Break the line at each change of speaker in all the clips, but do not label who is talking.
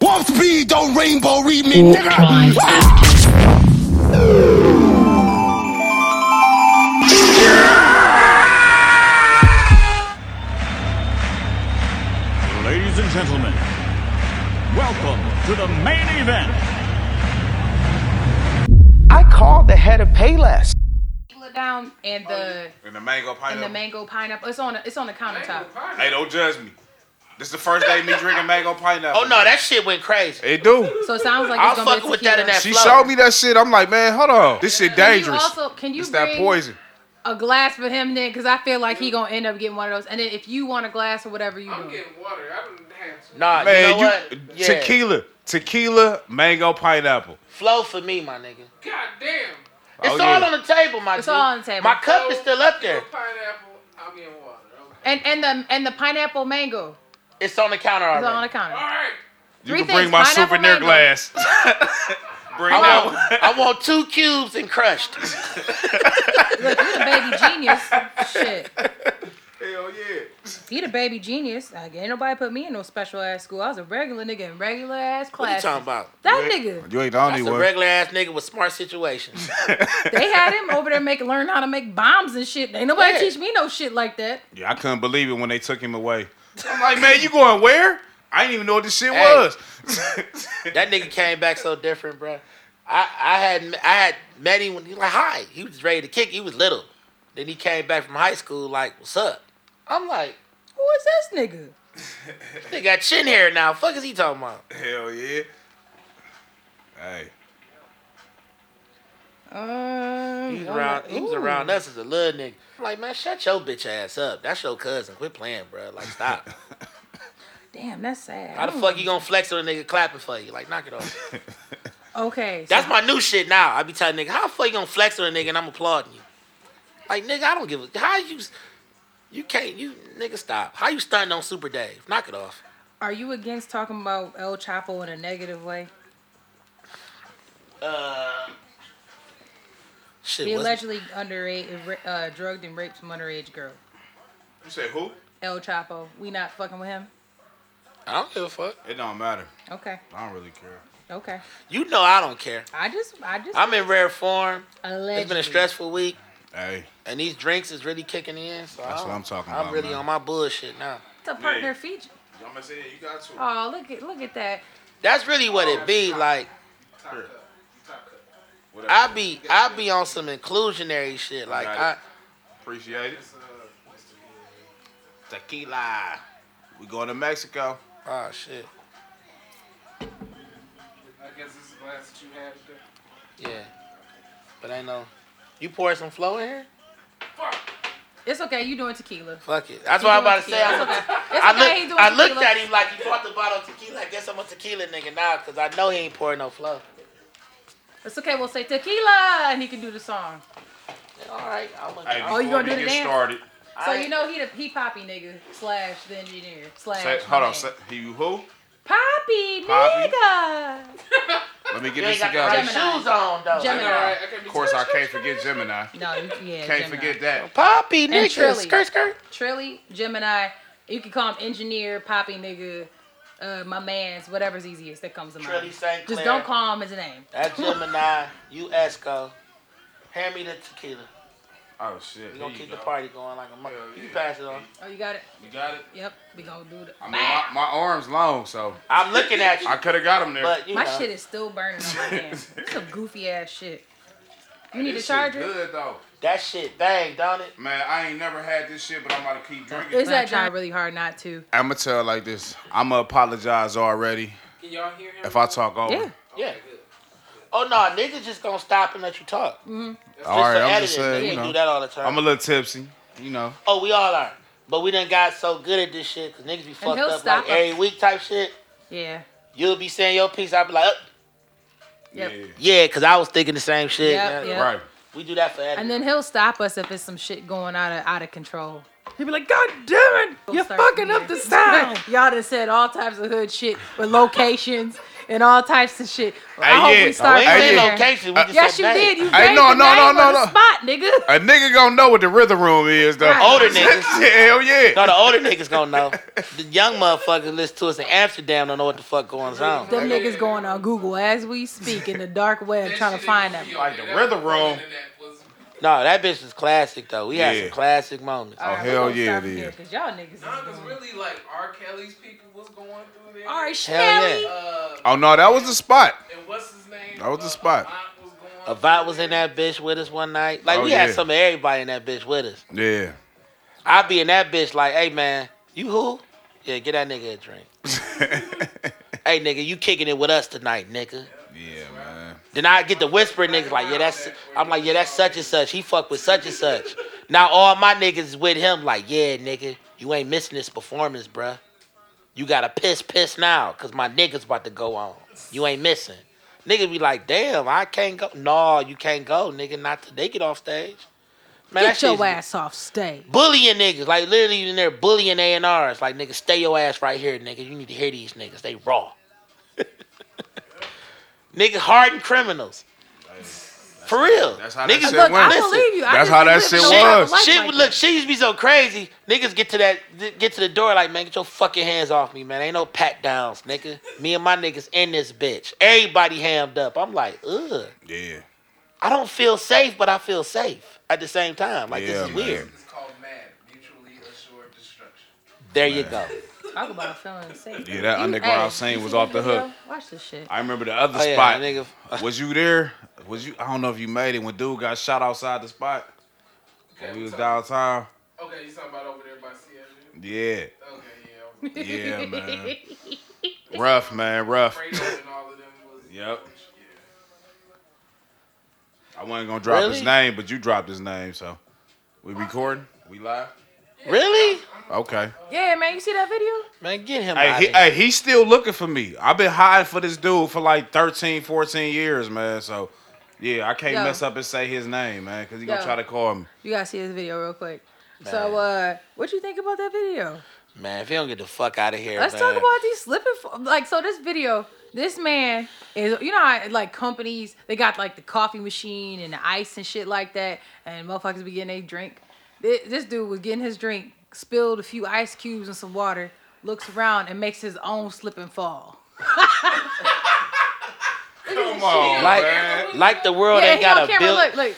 Warp speed, don't rainbow read me, nigga.
Ladies and gentlemen, welcome to the main event.
I called the head of Payless.
Down and the
And the mango
Oh,
and the
pineapple.
mango pineapple. It's on. The, it's on the countertop.
hey, don't judge me. This is the first day me drinking mango pineapple.
Oh no, that shit went crazy.
It do.
So it sounds like
I'll
it's gonna be
fuck
a
with that in
tequila.
that
She
flow.
showed me that shit. I'm like, man, hold on. This shit
Can you
dangerous.
also- can you
it's that
bring-
poison.
a glass for him then because I feel like he gonna end up getting one of those. And then if you want a glass or whatever you do,
water. I don't have to.
Nah,
Man,
you know what? Yeah.
tequila, tequila, mango, pineapple.
Flow for me, my nigga.
God damn.
It's
Oh,
all
yeah.
on the table, my
It's
G.
all on the table.
My cup is still up there.
Pineapple. I'm in water. Okay.
and and the and the pineapple mango
It's on the counter
is on the
already.
All
counter.
right.
You
Three
can bring
things,
my
pineapple,
souvenir
mango.
glass. bring
I
that
want,
one.
I want two cubes and crushed.
Look, you the baby genius. Shit,
Hell yeah.
he the baby genius. Like, ain't nobody put me in no special ass school. I was a regular nigga in regular ass
What you
class.
talking about?
That nigga,
You ain't the only
That's a
one.
regular ass nigga with smart situations.
they had him over there make learn how to make bombs and shit. Ain't nobody
Yeah.
teach me no shit like that.
Yeah, I couldn't believe it when they took him away. I'm like, man, you going where? I didn't even know what this shit
Hey.
was.
that nigga came back so different, bro. I, I had I had met him when he was like hi. He was ready to kick. He was little. Then he came back from high school like, "What's up?" I'm like,
Who is this nigga?
"They got chin hair now. Fuck is he talking about?"
Hell yeah. Hey,
Um,
He was
oh,
around. He was
ooh.
around us as a little nigga. I'm like, man, shut your bitch ass up. That's your cousin. Quit playing, bro. Like, stop.
Damn, that's sad.
How the fuck you gonna flex on a nigga clapping for you? Like, knock it off.
Okay, so
That's my new shit now. I be telling nigga, how the fuck you gonna flex on a nigga and I'm applauding you? Like, nigga, I don't give a. How you? You can't. You nigga, stop. How you stunting on Super Dave? Knock it off.
Are you against talking about El Chapo in a negative way?
Shit.
He
what's-
allegedly underage, uh, drugged and raped some underage girl.
you say who?
El Chapo, we not fucking with him.
I don't give a fuck.
It don't matter.
Okay,
I don't really care.
okay.
You know I don't care.
I just, I just.
I'm in rare form.
allegedly.
It's been a stressful week,
Hey,
and these drinks is really kicking in. So I
That's what
don't-
I'm talking
I'm
about,
really
man.
on my bullshit now.
It's a partner feature.
I'm gonna say you got to.
Oh, look at, look at that.
That's really what it be like.
Whatever.
I be I be on some inclusionary shit. Like I
appreciate it. Tequila. We going to Mexico.
oh shit
I guess this is the last that you had today.
yeah, but I know you pour some flow in here.
It's okay. You doing tequila?
Fuck it. That's what I'm about to say.
It's
I'm
okay.
a-
It's
I
okay, he
look
doing
I looked
tequila.
at him like he bought the bottle of tequila. I guess I'm a tequila nigga now because I know he ain't pouring no flow.
It's okay. We'll say tequila, and he can do the song.
All right, I'm gonna.
hey
Oh, you
before
gonna
we
do the
get
dance?
started,
So
I-
you know he the he poppy nigga slash the engineer slash.
say,
my
hold on.
man.
Say, you who?
Poppy,
Poppy.
nigga.
Let me get
You
this
ain't got the right
together.
Gemini.
shoes on though.
Gemini.
All right. I can't be
Of course, I can't forget Gemini.
No, you, yeah.
Can't
Gemini.
forget that.
Poppy nigga.
Trilly.
Skirt skirt.
Trilly, Gemini. You can call him engineer, poppy nigga, uh, my man's, whatever's easiest that comes to mind.
Trilly St.
Just
Clair.
don't call him his name.
That Gemini, you Esco. Hand me the tequila.
Oh shit.
We're gonna
Here
keep
you
the
go.
party going like a month.
Hell
You
yeah.
pass it on.
Oh, you got it?
You got it.
Yep, we gonna do that.
I mean, my, my arm's long, so
I'm looking at you,
I could have got him there.
but you
my
know.
shit is still burning on my hand. It's some goofy ass shit. You need a
This shit
charger?
Good though,
that shit bang, don't it?
man. I ain't never had this shit, but I'm about to keep drinking.
Is that trying really hard not to?
I'ma tell like this. I'ma apologize already
Can y'all hear him?
if I talk over.
Yeah.
Yeah. Oh no, niggas just gonna stop and let you talk. Just
All right,
for
I'm
editing,
just saying,
nigga, we
you
do
know,
that all the time.
I'm a little tipsy, you know.
oh, we all are. But we done got so good at this shit because niggas be fucked
he'll
up
stop
like
us.
every week type shit.
Yeah.
You'll be saying your piece. I'll be like, "Uh,
Yep.
Yeah.
yeah, because I was thinking the same shit.
Yep,
man.
yep.
Right.
We do that for
And
editing.
then he'll stop us if it's some shit going out of out of control.
He'd be like, God damn it,
We'll
you're
start
fucking
from
up the
there.
sound.
Y'all done said all types of hood shit with locations and all types of shit. Well, I
Hey,
hope
yeah.
we start
Hey,
there.
yeah.
location. We just
Yes,
said
you
name.
did. You
Hey,
gave
no,
the
no,
name
no,
on the
no, no.
spot, nigga.
A nigga gonna know what the rhythm room is though.
Right.
Older niggas.
Hell yeah.
No, the older niggas gonna know. The young motherfuckers listen to us in Amsterdam don't know what the fuck going on.
Them niggas going on Google as we speak in the dark web trying to find them.
Like the rhythm room.
No, that bitch is classic though. We had
Yeah.
some classic moments.
All
Oh, hell
we're gonna
yeah,
stop
it
there
is.
'cause y'all niggas. is
Nah, because
going-
really, like, R. Kelly's people was going through there.
All right,
Hell
Shelly.
yeah.
Uh,
Oh no, that was the spot.
and what's his name?
That was the
Uh,
spot.
Avant was going
Avant
through
was in
there.
that bitch with us one night. Like
Oh,
we
yeah.
had some of everybody in that bitch with us.
Yeah.
I be in that bitch like, hey man, you who? Yeah, get that nigga a drink. hey nigga, you kicking it with us tonight, nigga.
Yeah, man.
Then I get the whisper niggas like, yeah, that's. I'm like, yeah, that's such and such. He fuck with such and such. Now all my niggas is with him like, yeah, nigga, you ain't missing this performance, bruh. You gotta piss, piss now, cause my niggas about to go on. You ain't missing. Niggas be like, damn, I can't go. No, you can't go, nigga. Not till they get off stage. Man, that
Get
shit's
your ass off stage.
bullying niggas. Like literally in there bullying A and R's. Like nigga, stay your ass right here, nigga. You need to hear these niggas. They raw. nigga, hardened criminals. For real.
that's how that
niggas
shit went.
I
Listen,
believe you. I
that's
just
how that
live in
shit
a
was.
wild
Shit
life
Shit,
like
would-
that.
look, she used to be so crazy. Niggas get to that, get to the door like, man, get your fucking hands off me, man. Ain't no pat downs, nigga. Me and my niggas in this bitch. Everybody hammed up. I'm like, ugh.
Yeah.
I don't feel safe, but I feel safe at the same time. Like
Yeah,
this is
man.
weird.
It's called MAD, Mutually Assured Destruction.
There you go.
Talk about feeling safe.
Yeah, that
You-
underground
hey,
scene
you
was
seen
off
that
the hook.
video? Watch this shit.
I remember the other
Oh, yeah,
spot.
nigga.
Was you there? Was you? I don't know if you made it when dude got shot outside the spot.
Okay,
Oh, we was
so-
downtown.
Okay, you talking about over there by CSU?
Yeah,
Okay, yeah. I was
yeah, man. rough, man, rough.
Fredo and all of them was.
Yep.
Yeah.
I wasn't gonna drop his
Really?
name, but you dropped his name, so we recording. We live.
Really?
Okay.
Yeah, man, you see that video?
Man, get him
Hey,
out
he,
of here.
hey, he's still looking for me. I've been hiding for this dude for like 13, 14 years, man. So, yeah, I can't
Yo.
mess up and say his name, man, because he gonna
Yo.
try to call me.
You gotta see this video real quick. So, uh, what you think about that video?
Man, if he don't get the fuck out of here,
Let's
man.
talk about these slipping. F- like, so this video, this man is, you know, how, like companies, they got like the coffee machine and the ice and shit like that, and motherfuckers be getting their drink. Thi- This dude was getting his drink, spilled a few ice cubes and some water, looks around and makes his own slip and fall.
Come on,
Like,
man.
like the world
yeah,
ain't
he
got
on
a
camera.
bill.
Look, look.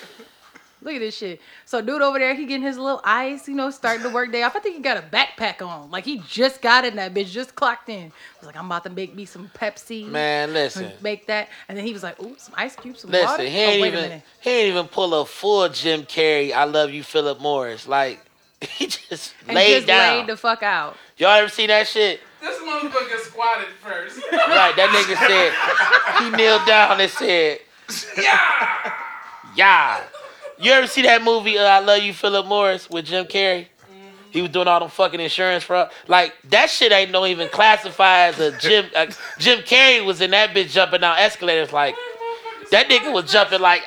Look at this shit. So dude over there, he getting his little ice, you know, starting the work day off. I think he got a backpack on. Like he just got in that bitch, just clocked in. He's like, I'm about to make me some Pepsi.
Man, listen,
Make that. And then he was like, ooh, some ice cubes, some water.
listen. He
oh,
ain't
wait a
even
minute.
he ain't even pull a full Jim Carrey. I love you, Philip Morris. Like he just
And
laid
just
down.
laid the fuck out.
Y'all ever seen that shit?
This motherfucker squatted first.
Right, that nigga said he kneeled down and said, "Yeah, yeah." You ever see that movie? Uh, I love you, Philip Morris with Jim Carrey.
Mm-hmm.
He was doing all them fucking insurance fraud. Like that shit ain't no even classified as a Jim. Uh, Jim Carrey was in that bitch jumping down escalators like that nigga was jumping like.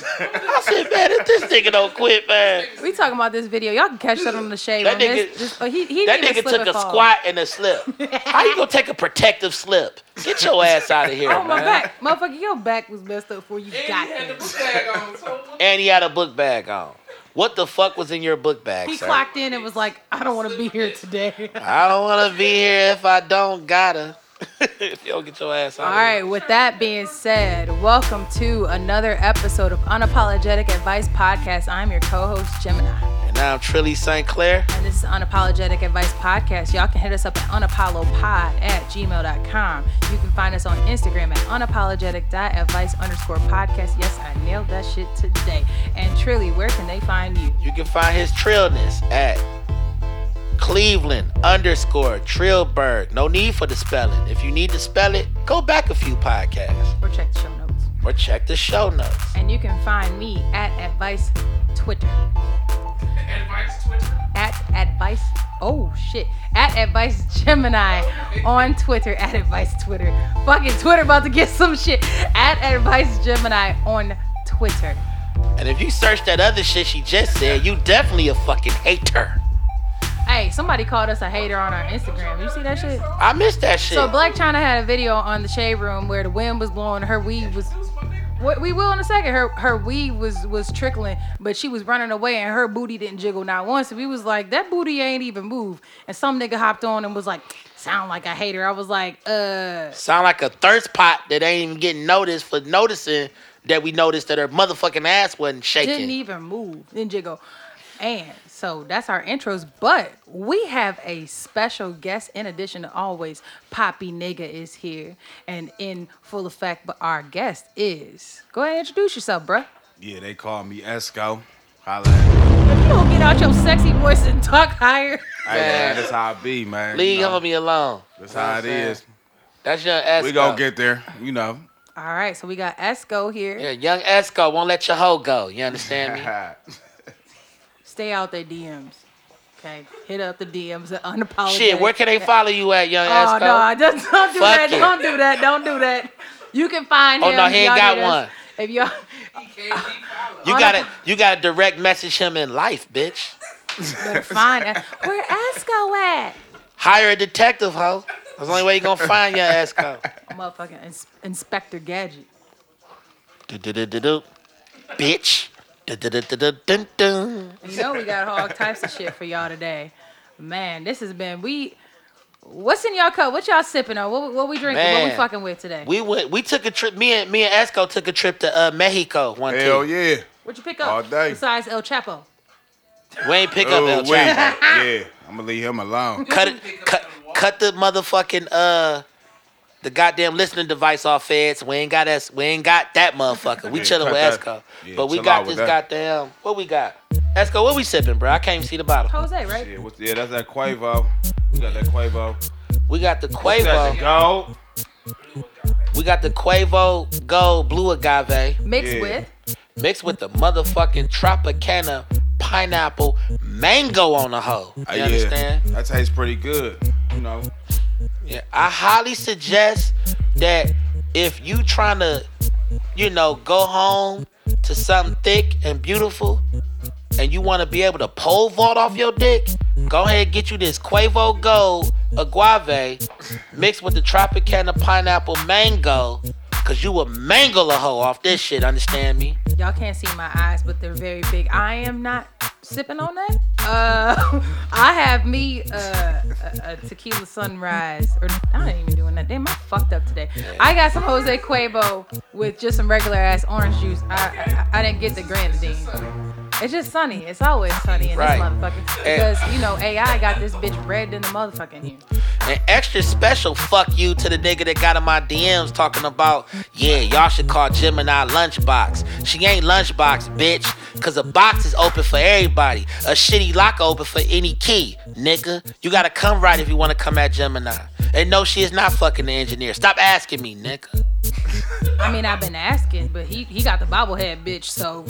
I said, man, if this nigga don't quit, man.
We talking about this video. Y'all can catch that on the shade. room.
That
This-
nigga-
this- oh, he, he
That
need to
nigga
slip
took
and
a
fall.
squat and a slip. How you gonna take a protective slip? Get your ass out of here,
Oh,
man.
my back. Motherfucker, your back was messed up before you
and he
got
had the
there.
book bag on. So what
and he had a book bag on. What the fuck was in your book bag,
He
sir?
clocked in and was like, I don't want to be here today.
I don't want to be here if I don't gotta. if you don't get your ass out.
All right, with that being said, welcome to another episode of Unapologetic Advice Podcast. I'm your co host, Gemini,
And now I'm Trilly St. Clair.
and this is Unapologetic Advice Podcast. Y'all can hit us up at unapolopod at gmail.com. You can find us on Instagram at unapologetic.advice underscore podcast. Yes, I nailed that shit today. And Trilly, where can they find you?
You can find his trillness at Cleveland underscore Trillberg. No need for the spelling. If you need to spell it, go back a few podcasts
Or check the show notes.
or check the show notes.
And you can find me at Advice Twitter.
advice Twitter?
At Advice. Oh shit. At Advice Gemini on Twitter. At Advice Twitter. Fucking Twitter about to get some shit. At Advice Gemini on Twitter.
And if you search that other shit she just said, you definitely a fucking hater.
Hey, somebody called us a hater on our Instagram. You see that shit?
I miss that shit.
So Black China had a video on the shade room where the wind was blowing, her weed was. What we will in a second. Her her weed was was trickling, but she was running away, and her booty didn't jiggle not once. And we was like, that booty ain't even move. And some nigga hopped on and was like, sound like a hater. I was like, uh,
Sound like a thirst pot that ain't even getting noticed for noticing that we noticed that her motherfucking ass wasn't shaking.
didn't even move, didn't jiggle. And so that's our intros. But we have a special guest in addition to always. Poppy Nigga is here and in full effect. But our guest is. Go ahead and introduce yourself, bruh.
Yeah, they call me Esco. Holla. at me.
If you don't get out your sexy voice and talk higher.
Hey, man, that's how I be, man. you
Leave
know.
homie alone.
That's how it is.
That's young Esco.
We gonna get there, you know.
All right, so we got Esco here.
Yeah, young Esco won't let your hoe go. You understand me?
Stay out their DMs. Okay, hit up the DMs and unapologetic.
Shit, where can they follow you at, young
Oh
Esco?
no, I just don't do
Fuck
that.
it.
Don't do that. Don't do that. You can find
Oh,
him.
no,
if
he ain't
y'all
got
need us.
one.
If y'all,
you gotta, you gotta direct message him in life, bitch.
better find Es- where Esco at.
Hire a detective, hoe. That's the only way you gonna find young Esco.
Motherfucking ins- Inspector Gadget.
Do-do-do-do-do. Bitch. Do-do-do-do-do-dun-dun.
You know we got all types of shit for y'all today. Man, this has been we. What's in y'all cup? What y'all sipping on? What, what we drinking? What we
Man.
fucking with today?
We went, we took a trip. Me and me and Esco took a trip to uh, Mexico one
Hell
time.
yeah.
What'd you pick up?
All day.
Besides El Chapo.
We ain't pick up
Oh,
El
wait.
Chapo.
yeah, I'm gonna leave him alone.
cut it, cut, cut the motherfucking uh, the goddamn listening device off, feds. We ain't got us, we ain't got that motherfucker. We
Yeah,
chilling
cut
with
that.
Esco,
Yeah,
but we
chill
got
out
this
with that.
goddamn. What we got? Esco, what we sipping, bro? I can't even see the bottle.
Jose, right?
Yeah, what's, yeah, that's that Quavo. We got that Quavo.
We got the
That's the
Quavo.
gold.
We got the Quavo Gold Blue Agave
Mixed
Yeah.
with.
mixed with the motherfucking Tropicana pineapple mango on the hoe. You
Uh,
understand?
That tastes pretty good. You know,
Yeah, I highly suggest that if you trying to, you know, go home to something thick and beautiful, and you want to be able to pole vault off your dick, go ahead and get you this Quavo Gold Aguave mixed with the Tropicana Pineapple Mango, cause you will mangle a hoe off this shit. Understand me?
Y'all can't see my eyes, but they're very big. I am not sipping on that. Uh, I have me uh, a, a tequila sunrise, or I ain't even doing that. Damn, I fucked up today. I got some Jose Quavo with just some regular ass orange juice. I I, I didn't get the grenadine. It's just sunny. It's always sunny in
Right.
this motherfucker because you know AI got this bitch red in the motherfucking here.
An extra special fuck you to the nigga that got in my DMs talking about, yeah, y'all should call Gemini Lunchbox. She ain't Lunchbox, bitch, cause a box is open for everybody. A shitty lock open for any key, nigga. You gotta come right if you wanna come at Gemini. And no, she is not fucking the engineer. Stop asking me, nigga.
I mean, I've been asking, but he he got the bobblehead bitch, so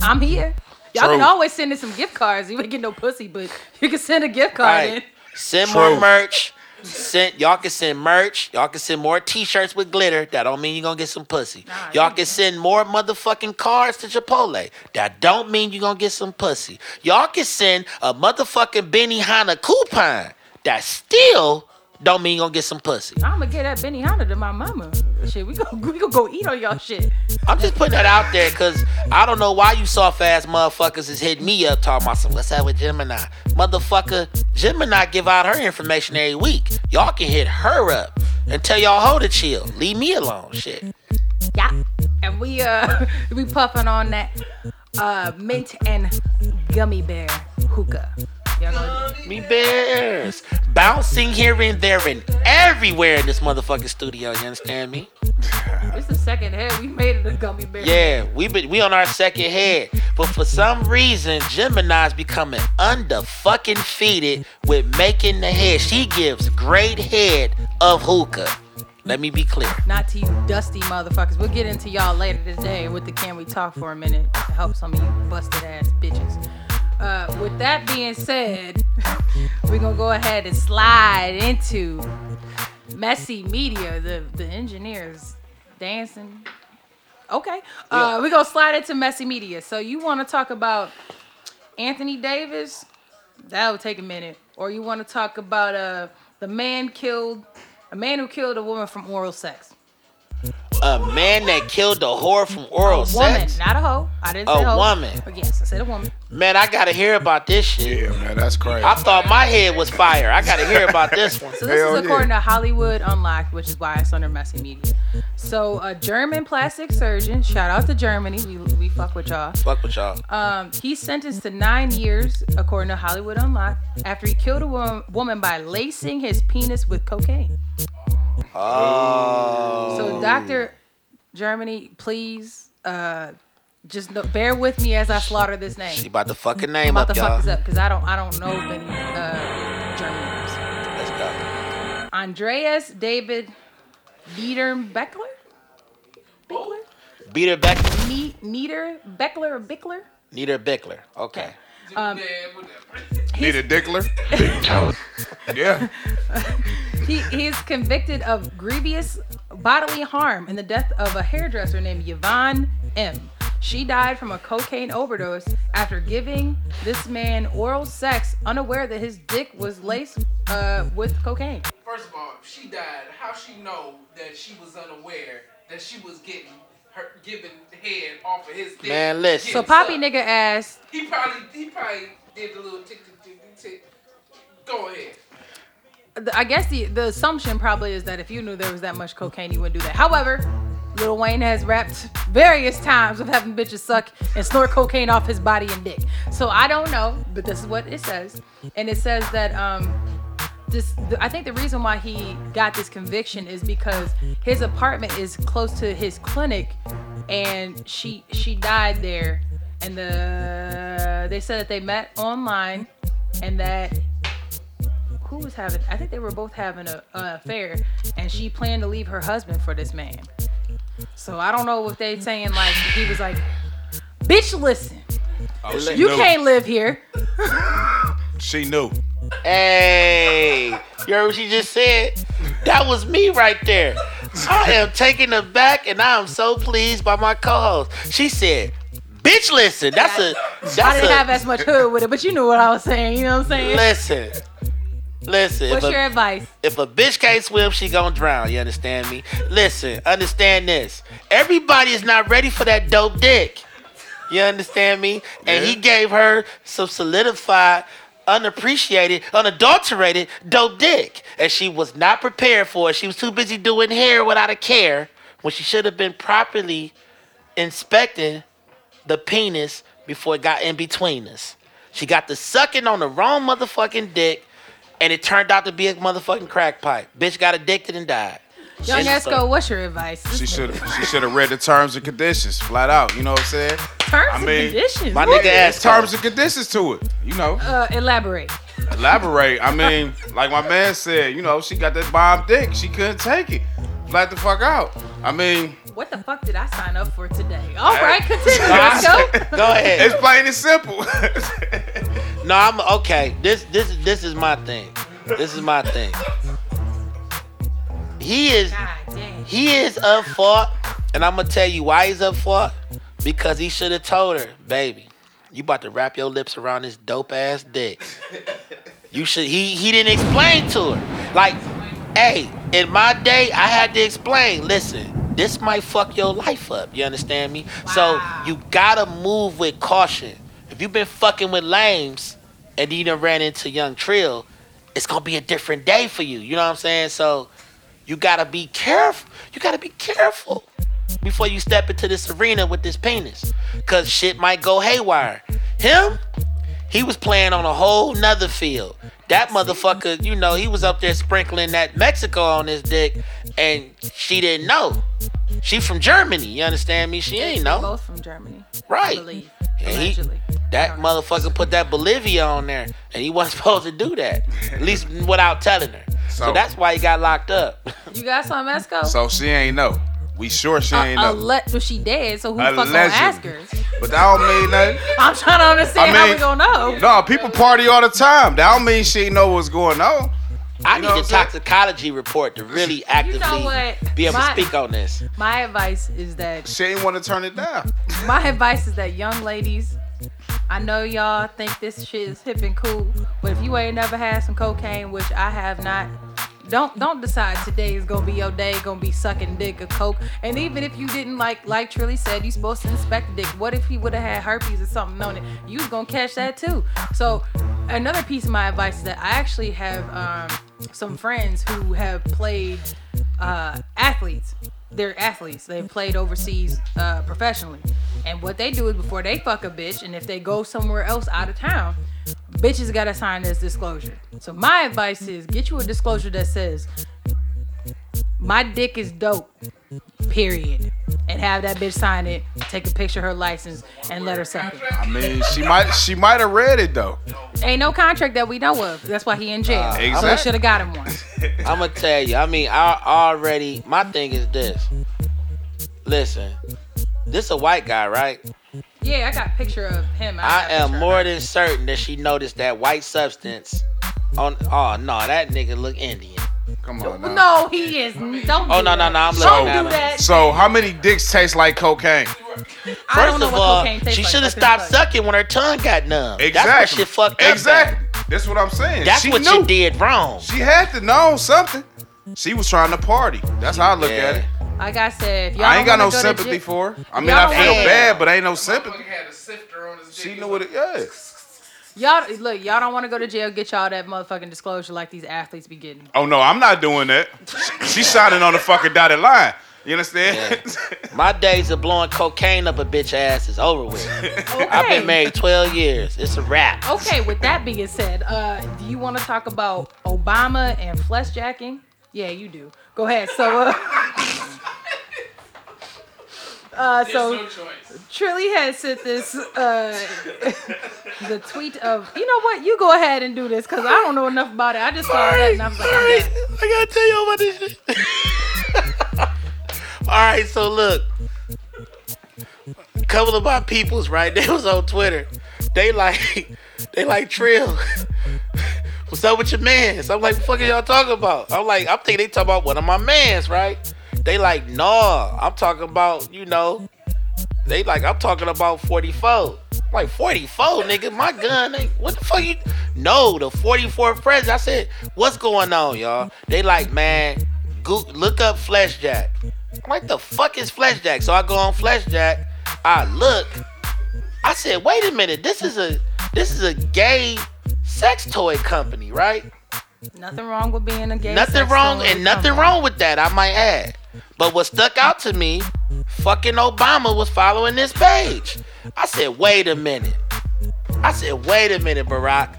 I'm here. Y'all can
True.
always send in some gift cards. You ain't get no pussy, but you can send a gift card in.
Right. Send more
True.
merch. Send y'all can send merch. Y'all can send more T-shirts with glitter. That don't mean you're gonna get some pussy. y'all can send more motherfucking cards to Chipotle. That don't mean you're gonna get some pussy. Y'all can send a motherfucking Benny Hanna coupon. That still don't mean you're gonna get some pussy.
I'ma get that Benny Hanna to my mama. Shit, we gonna we gonna go eat on y'all shit.
I'm just putting that out there because I don't know why you soft ass motherfuckers is hitting me up talking about some what's up with Gemini. Motherfucker, Gemini give out her information every week. Y'all can hit her up and tell y'all hoe to chill. Leave me alone. Shit.
Yeah. And we uh we puffing on that uh mint and gummy bear hookah. Y'all know
Me bears. Bouncing here and there and everywhere in this motherfucking studio, you understand me?
this is second head. We made it a gummy bear.
Yeah, we been we on our second head, but for some reason Gemini's becoming under fucking feeded with making the head. She gives great head of hookah. Let me be clear.
Not to you dusty motherfuckers. We'll get into y'all later today with the can we talk for a minute to help some of you busted ass bitches. Uh, with that being said, we're gonna go ahead and slide into messy media. The the engineers dancing. Okay, uh, we're gonna slide into messy media. So you want to talk about Anthony Davis? That would take a minute. Or you want to talk about uh the man killed a man who killed a woman from oral sex.
A man that killed a whore from oral
a woman,
sex.
not a hoe. I didn't say
A
hoe.
woman.
But yes, I said a woman.
Man, I gotta hear about this shit.
Yeah, man, that's crazy.
I thought my head was fire. I gotta hear about this one.
So this
Hell yeah.
is according to Hollywood Unlocked, which is why it's under messy media. So a German plastic surgeon, shout out to Germany, we, we fuck with y'all.
Fuck with y'all.
Um, he's sentenced to nine years, according to Hollywood Unlocked, after he killed a woman, woman by lacing his penis with cocaine. Oh. So Doctor Germany, please, uh, just no, bear with me as I slaughter this
She
name.
about to fucking
I'm
name
about
up,
to fuck this
y'all.
up because I don't I don't know many uh, German names.
Let's go.
Andreas David Niederbeckler? Bickler?
Beat her back.
Ne- Niederbeckler or Bickler?
Need her Bickler. Okay.
Um, yeah, whatever.
Need a dickler? yeah.
He, he is convicted of grievous bodily harm in the death of a hairdresser named Yvonne M. She died from a cocaine overdose after giving this man oral sex, unaware that his dick was laced uh, with cocaine.
First of all, if she died. How she know that she was unaware that she was getting her giving head off of his dick?
Man, listen.
So
Getting
Poppy
sucked.
nigga asked,
He probably he probably did the little tick tick tick tick. tick. Go ahead.
the- I guess the, the assumption probably is that if you knew there was that much cocaine, you wouldn't do that. However, Lil Wayne has rapped various times of having bitches suck and snort cocaine off his body and dick. So I don't know, but this is what it says. And it says that um, this th- I think the reason why he got this conviction is because his apartment is close to his clinic and she she died there and the they said that they met online and that who was having I think they were both having a, an affair and she planned to leave her husband for this man. So I don't know if they saying like he was like bitch listen
Oh, she
you
knew.
can't live here.
She knew.
Hey, you heard what she just said? That was me right there. I am taken aback and I am so pleased by my co-host. She said, "Bitch, listen, that's a that's
I didn't
a
have as much hood with it, but you knew what I was saying, you know what I'm saying?
listen, listen."
What's
if,
your
a,
advice?
if a bitch can't swim, she gonna drown. You understand me? Listen, understand this. Everybody is not ready for that dope dick. You understand me? And he gave her some solidified, unappreciated, unadulterated dope dick. And she was not prepared for it. She was too busy doing hair without a care when she should have been properly inspecting the penis before it got in between us. She got the sucking on the wrong motherfucking dick, and it turned out to be a motherfucking crack pipe. Bitch got addicted and died.
Young
Shit's
Esco, what's your advice?
She should she should have read the terms and conditions flat out. You know what I'm saying?
Terms
I
and
mean,
conditions.
my
What?
nigga ass
Terms and conditions to it. You know.
Uh, elaborate.
Elaborate. I mean, like my man said, you know, she got that bomb dick. She couldn't take it. Flat the fuck out. I mean,
What the fuck did I sign up for today? All right, continue. Esco.
Go ahead.
it's plain and simple.
No, I'm okay. This this this is my thing. This is my thing. He is
God damn.
he is up fault, and I'm gonna tell you why he's up fault. Because he should have told her, baby, you about to wrap your lips around this dope ass dick. You should. He he didn't explain to her. Like, hey, in my day, I had to explain. Listen, this might fuck your life up. You understand me? So you gotta move with caution. If you've been fucking with lames, and you done ran into Young Trill, it's gonna be a different day for you. You know what I'm saying? So you gotta be careful. You gotta be careful before you step into this arena with this penis, cause shit might go haywire. Him, he was playing on a whole nother field. That motherfucker, you know, he was up there sprinkling that Mexico on his dick, and she didn't know. She from Germany, you understand me? She ain't
They're
know,
Both from Germany. I
right?
believe.
And he-
Allegedly.
that motherfucker put that Bolivia on there, and he wasn't supposed to do that, at least without telling her. So,
So-
that's why he got locked up.
You got some Esco?
so she ain't know. We sure she ain't know.
Uh, Unless well, she dead, so who the fuck gonna
Allegedly.
ask her?
But that don't mean nothing.
I'm trying to understand
I
how we
mean-
gonna know.
No, people party all the time. That don't mean she know what's going on.
I
You
need
know
the
what I'm saying?
toxicology report to really actively
what?
be able
My-
to speak on this.
My advice is that
She ain't want to turn it down.
My advice is that young ladies, I know y'all think this shit is hip and cool, but if you ain't never had some cocaine, which I have not, don't don't decide today is gonna be your day, gonna be sucking dick or coke. And even if you didn't like like Trilly said, you supposed to inspect the dick. What if he would have had herpes or something on it? You was gonna catch that too. So another piece of my advice is that I actually have um, some friends who have played uh, athletes they're athletes. They've played overseas uh, professionally. And what they do is before they fuck a bitch, and if they go somewhere else out of town, bitches gotta sign this disclosure. So my advice is get you a disclosure that says, my dick is dope, period. And have that bitch sign it, take a picture of her license, and let her suck it.
I mean, she might she might have read it though.
Ain't no contract that we know of. That's why he in jail.
Ah.
We should
Exactly.
have got him one.
I'm gonna tell you. I mean, I already. My thing is this. Listen, this a white guy, right?
Yeah, I got a picture of him.
I
got a picture
am
of
more
her.
than certain that she noticed that white substance on. Oh no, that nigga look Indian.
Come on now.
No, he is. Don't.
Oh
do
no
that.
no no, I'm
Don't
looking at
do
him.
that.
So how many dicks taste like cocaine?
I
First
don't know
of
what
all,
cocaine tastes
she
like.
should have
Fucking
stopped
fuck.
sucking when her tongue got numb. That's what
Exactly.
she fucked up. at.
Exactly. That's what I'm saying.
That's
she
what
knew.
she did wrong.
She had to know something. She was trying to party. That's how I look at it.
Like I said, if y'all
I ain't got
wanna
no
go to
sympathy
jail-
for her. I mean,
Y'all
I
don't
feel
wanna-
bad, but ain't no
Motherfucker
sympathy.
had a sifter on his dick.
She
He
knew
was
what it. Yeah.
Y'all look, y'all don't want to go to jail. Get y'all that motherfucking disclosure like these athletes be getting.
Oh no, I'm not doing that. She's signing on the fucking dotted line. You understand?
My days of blowing cocaine up a bitch ass is over with. I've been married 12 years. It's a wrap.
Okay, with that being said, uh, do you want to talk about Obama and flesh jacking? Yeah, you do. Go ahead. So, uh, uh so
no choice.
Trilly had sent this uh the tweet of you know what you go ahead and do this because I don't know enough about it. I just saw that and I was like, I'm done.
gotta tell you about this shit. All right, so look. A couple of my peoples, right? They was on Twitter. They like, they like Trill. What's up with your mans? I'm like, what the fuck are y'all talking about? I'm like, I'm thinking they talking about one of my mans, right? They like, nah, I'm talking about, you know, they like, I'm talking about 44. I'm like 44, nigga, my gun ain't. What the fuck you? No, the 44th president. I said, what's going on, y'all? They like, man, go, look up Fleshjack. I'm like, the fuck is Fleshjack? So I go on Fleshjack. I look. I said, wait a minute, this is a this is a gay sex toy company, right?
nothing wrong with being a gay.
nothing
sex
wrong
toy
and nothing
company.
wrong with that, I might add. But what stuck out to me, fucking Obama was following this page. I said, wait a minute. I said, wait a minute, Barack.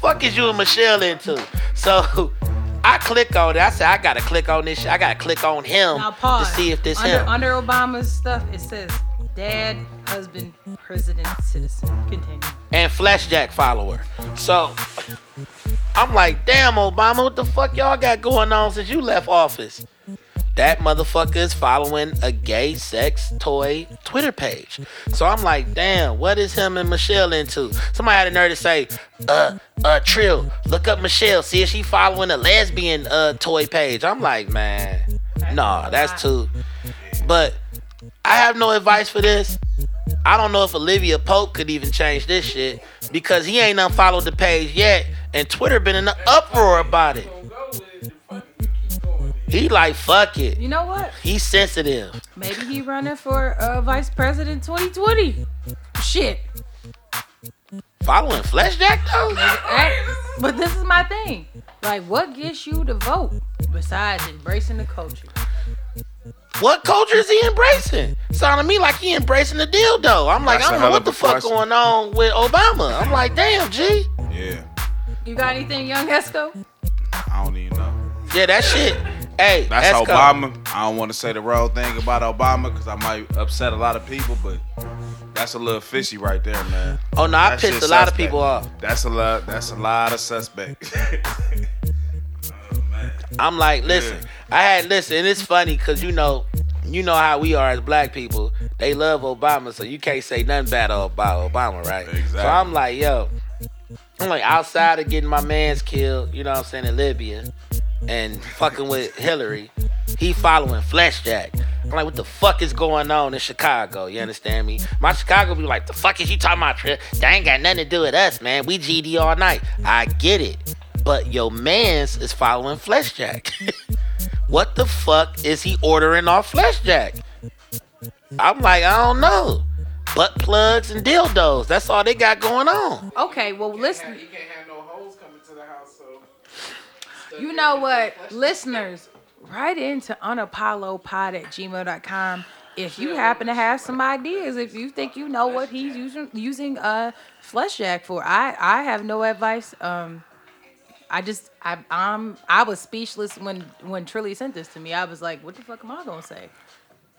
Fuck is you and Michelle into? So I click on it. I said, I gotta click on this shit. I gotta click on him
Now pause.
to see if this
under,
him.
under Obama's stuff, it says dad, husband, president, citizen. Continue.
and Flashjack follower. So I'm like, damn, Obama, what the fuck y'all got going on since you left office? That motherfucker is following a gay sex toy Twitter page. So I'm like, damn, what is him and Michelle into? Somebody had a nerve to say, uh, uh, Trill, look up Michelle, see if she following a lesbian uh toy page. I'm like, man, nah, that's too. But I have no advice for this. I don't know if Olivia Pope could even change this shit because he ain't unfollowed the page yet, and Twitter been in an uproar about it.
Go with it. Fuck it. You keep going.
He like fuck it.
You know what?
He's sensitive.
Maybe he running for uh, vice president 2020. Shit.
Following Fleshjack though.
Right? But this is my thing. Like, what gets you to vote besides embracing the culture?
What culture is he embracing? Sound to me like he embracing the dildo. I'm like, I don't
That's a
know
hell
what
of
the
a
fuck
question.
going on with Obama. I'm like, damn, G.
yeah.
You got anything, young Esco?
I don't even know.
Yeah, that shit. Hey,
That's
Esco.
Obama. I don't want to say the wrong thing about Obama because I might upset a lot of people, but that's a little fishy right there, man.
Oh no, I
That
pissed
shit
a lot of
suspect.
people off.
That's a lot. That's a lot of suspect.
I'm like, listen, I had listen, and it's funny because you know, you know how we are as black people. They love Obama, so you can't say nothing bad about Obama, right?
Exactly.
So I'm like, yo, I'm like outside of getting my man's killed, you know what I'm saying, in Libya, and fucking with Hillary, he following Flesh Jack. I'm like, what the fuck is going on in Chicago? You understand me? My Chicago be like, the fuck is you talking about, Trip? That ain't got nothing to do with us, man. We GD all night. I get it. But your man's is following Flesh Jack. what the fuck is he ordering off Flesh Jack? I'm like, I don't know. Butt plugs and dildos. That's all they got going on.
Okay, well, listen.
He can't have no hoes coming to the house, so
You know what, listeners, write into unapollopod at gmail.com if you happen to have some ideas. If you think you know what he's using using uh flesh jack for, I I have no advice. Um, I just I I'm I was speechless when when Trilly sent this to me. I was like, what the fuck am I gonna say?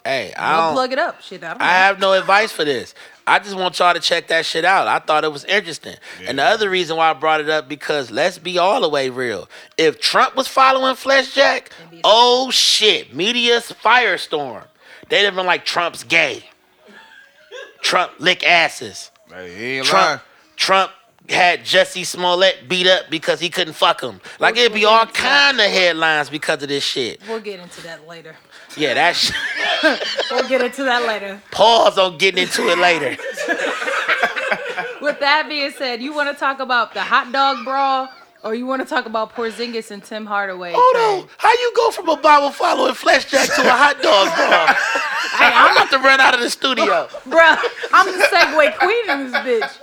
Hey, I
I'll
don't.
plug it up. Shit, I don't know.
Oh. I have no advice for this. I just want y'all to check that shit out. I thought it was interesting. And the other reason why I brought it up because let's be all the way real. If Trump was following Flesh Jack, oh shit, media's firestorm. They'd have been like Trump's gay. Trump lick asses.
Hey, he ain't lying.
Trump, Trump had Jesse Smollett beat up because he couldn't fuck him. Like it'd be all kind of headlines because of this shit.
We'll get into that later.
Yeah, that shit.
We'll get into that later.
Pause on getting into it later.
With that being said, you want to talk about the hot dog brawl, or you want to talk about Porzingis and Tim Hardaway?
Hold on. How you go from a Bible following flesh jack to a hot dog bar? hey, I'm about to run out of the studio.
Bro, I'm the segue queen in this bitch.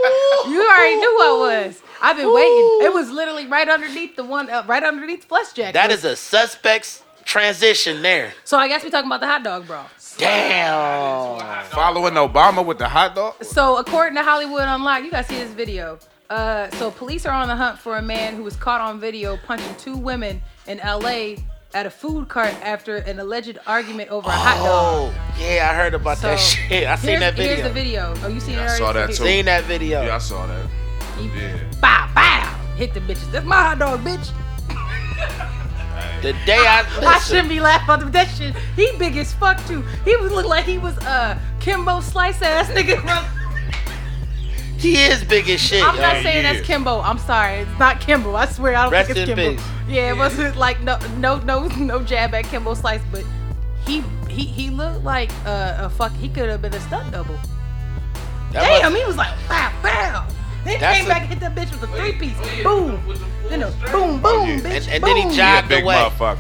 You already knew I was. I've been waiting. It was literally right underneath the one, uh, right underneath Flesh Jack.
That is a suspect's transition there.
so I guess we're talking about the hot dog brawl.
Damn.
Following Obama with the hot dog.
So according to Hollywood Unlocked, you guys see this video. Uh, so police are on the hunt for a man who was caught on video punching two women in L.A. at a food cart after an alleged argument over a hot dog.
Oh, yeah, I heard about that
So,
shit. I seen
here's,
that video.
Here's the video. Oh, you seen it
I saw
already?
that too.
Seen that video.
Yeah, I saw that. Yeah.
Bow, bow. Hit the bitches. That's my hot dog, bitch.
The day I
I
listen,
shouldn't be laughing at that shit. He big as fuck too. He was look like he was uh Kimbo slice ass nigga.
he is big as shit.
I'm
yo.
not saying that's Kimbo. I'm sorry, it's not Kimbo. I swear I don't
Rest
think it's
in
Kimbo.
peace.
Yeah, it wasn't like no no no no jab at Kimbo slice, but he he he looked like uh, a fuck. He could have been a stunt double.
That
Damn,
must-
he was like bow bow. Then
That's
came
a- Oh,
back and hit that bitch with a three piece.
Oh, yeah,
boom.
with the full
Then a
strap.
boom boom
yeah.
bitch.
And- and then he
boom.
jogged
Big
away.
motherfucker.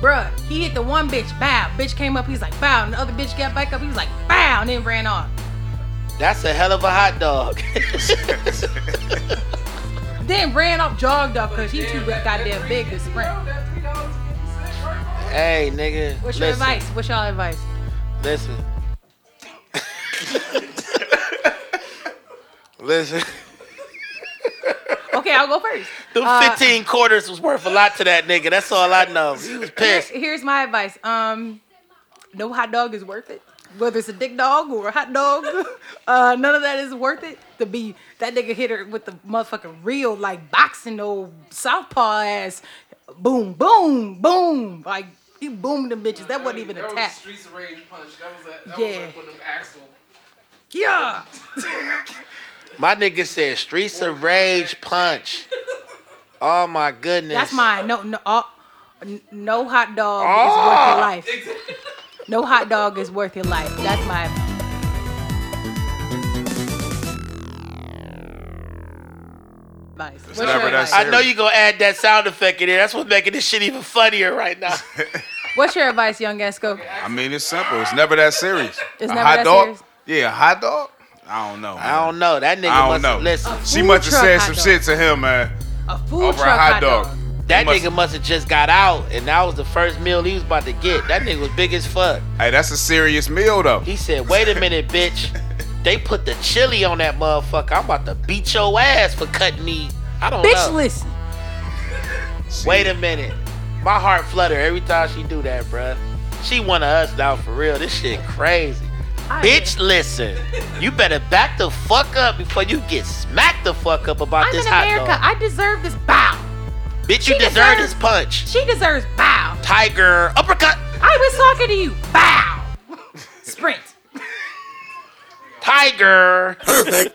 Bruh, he hit the one bitch, bow. Bitch came up, he's like, bow. And the other bitch got back up, he was like, bow, and then ran off.
that's a hell of a hot dog.
Then ran off, jogged off, because he too goddamn big to sprint.
that three dollars fifty cent right there.
hey, nigga.
What's
listen,
your advice? What's y'all advice?
Listen. listen.
Okay, I'll go first.
Them 15 quarters was worth a lot to that nigga. That's all I know. He was pissed.
Here- here's my advice. Um, no hot dog is worth it. Whether it's a dick dog or a hot dog, uh, none of that is worth it. To be that nigga hit her with the motherfucking real like boxing old southpaw ass, boom, boom, boom, like he boomed them bitches. That wasn't even a
That
tap.
was Streets of Rage punch. That was a, that
Yeah.
was like one of them Axel.
Yeah.
My nigga said Streets of Rage punch. Oh my goodness.
That's mine. No, no, uh, n- no hot dog is worth your life. No hot dog is worth your life. That's my. Advice. What's your
never that
advice?
I know you gonna add that sound effect in there. That's what's making this shit even funnier right now.
What's your advice, young Esco?
I mean, it's simple. It's never that serious.
It's
a
never
hot
that
dog.
serious?
Yeah, a hot dog. I don't know. Man.
I don't know. That nigga
I
must
don't know.
have listen.
She
Food
must have
truck
said
hot
some
dog.
shit to him, man.
A food
Over
truck
a hot dog.
That
He must-
nigga must have just got out and that was the first meal he was about to get. That nigga was big as fuck.
Hey, that's a serious meal though.
He said, wait a minute, bitch. They put the chili on that motherfucker. I'm about to beat your ass for cutting me. I don't
Bitch,
know.
listen.
Wait a minute. My heart flutter every time she do that, bruh. She one of us now for real. This shit crazy. Bitch, listen. You better back the fuck up before you get smacked the fuck up about
I'm
this
in
hot
America.
dog.
I deserve this bow.
Bitch, you
She
deserve
deserves-
this punch.
She deserves bow.
Tiger uppercut.
I was talking to you. Bow.
Tiger.
Rings out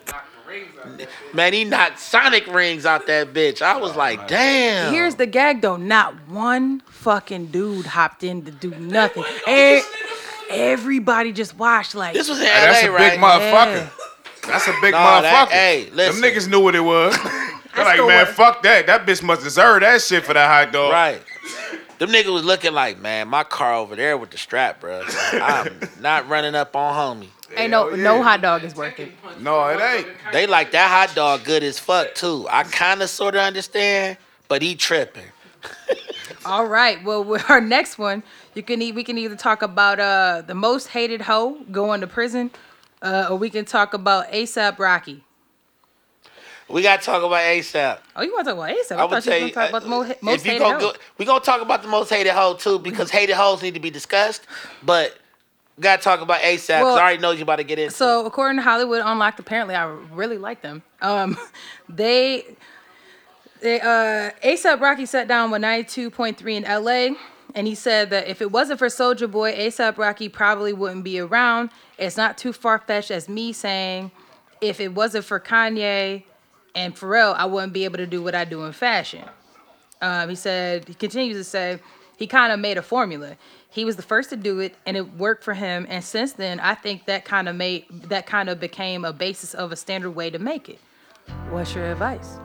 there.
Man, he knocked Sonic rings out that bitch. I was like, damn.
Here's the gag though. Not one fucking dude hopped in to do nothing. And everybody just watched like
this was in LA,
Hey, that's a
right?
big motherfucker. That's a big
Nah,
motherfucker.
that- hey, listen.
Them niggas knew what it was. They're like,
still
man,
wa-
fuck that. That bitch must deserve that shit for that hot dog.
Right. Them niggas was looking like, man, my car over there with the strap, bro. I'm not running up on homie.
ain't no
Hell yeah.
no hot dog is worth it.
No, it ain't.
They like that hot dog good as fuck too. I kind of sort of understand, but he tripping.
All right. Well, with our next one, you can eat. We can either talk about uh the most hated hoe going to prison, uh, or we can talk about ASAP Rocky.
We gotta talk about ASAP.
Oh, you want to talk about ASAP? I,
I, would
thought you
tell
were going
you,
to talk about the mo-
uh,
most
if you
hated
gonna
hoe.
go, we gonna talk about the most hated hoe too, because hated hoes need to be discussed. But gotta talk about ASAP. 'cause
Well,
I already know you about to get into.
So according to Hollywood Unlocked, apparently I really like them. Um, they, they uh, ASAP Rocky sat down with 92.3 in LA, and he said that if it wasn't for Soldier Boy, ASAP Rocky probably wouldn't be around. It's not too far fetched as me saying, if it wasn't for Kanye and Pharrell, I wouldn't be able to do what I do in fashion. Um, he said, he continues to say, he kind of made a formula. He was the first to do it, and it worked for him. And since then, I think that kind of made that kind of became a basis of a standard way to make it. What's your advice?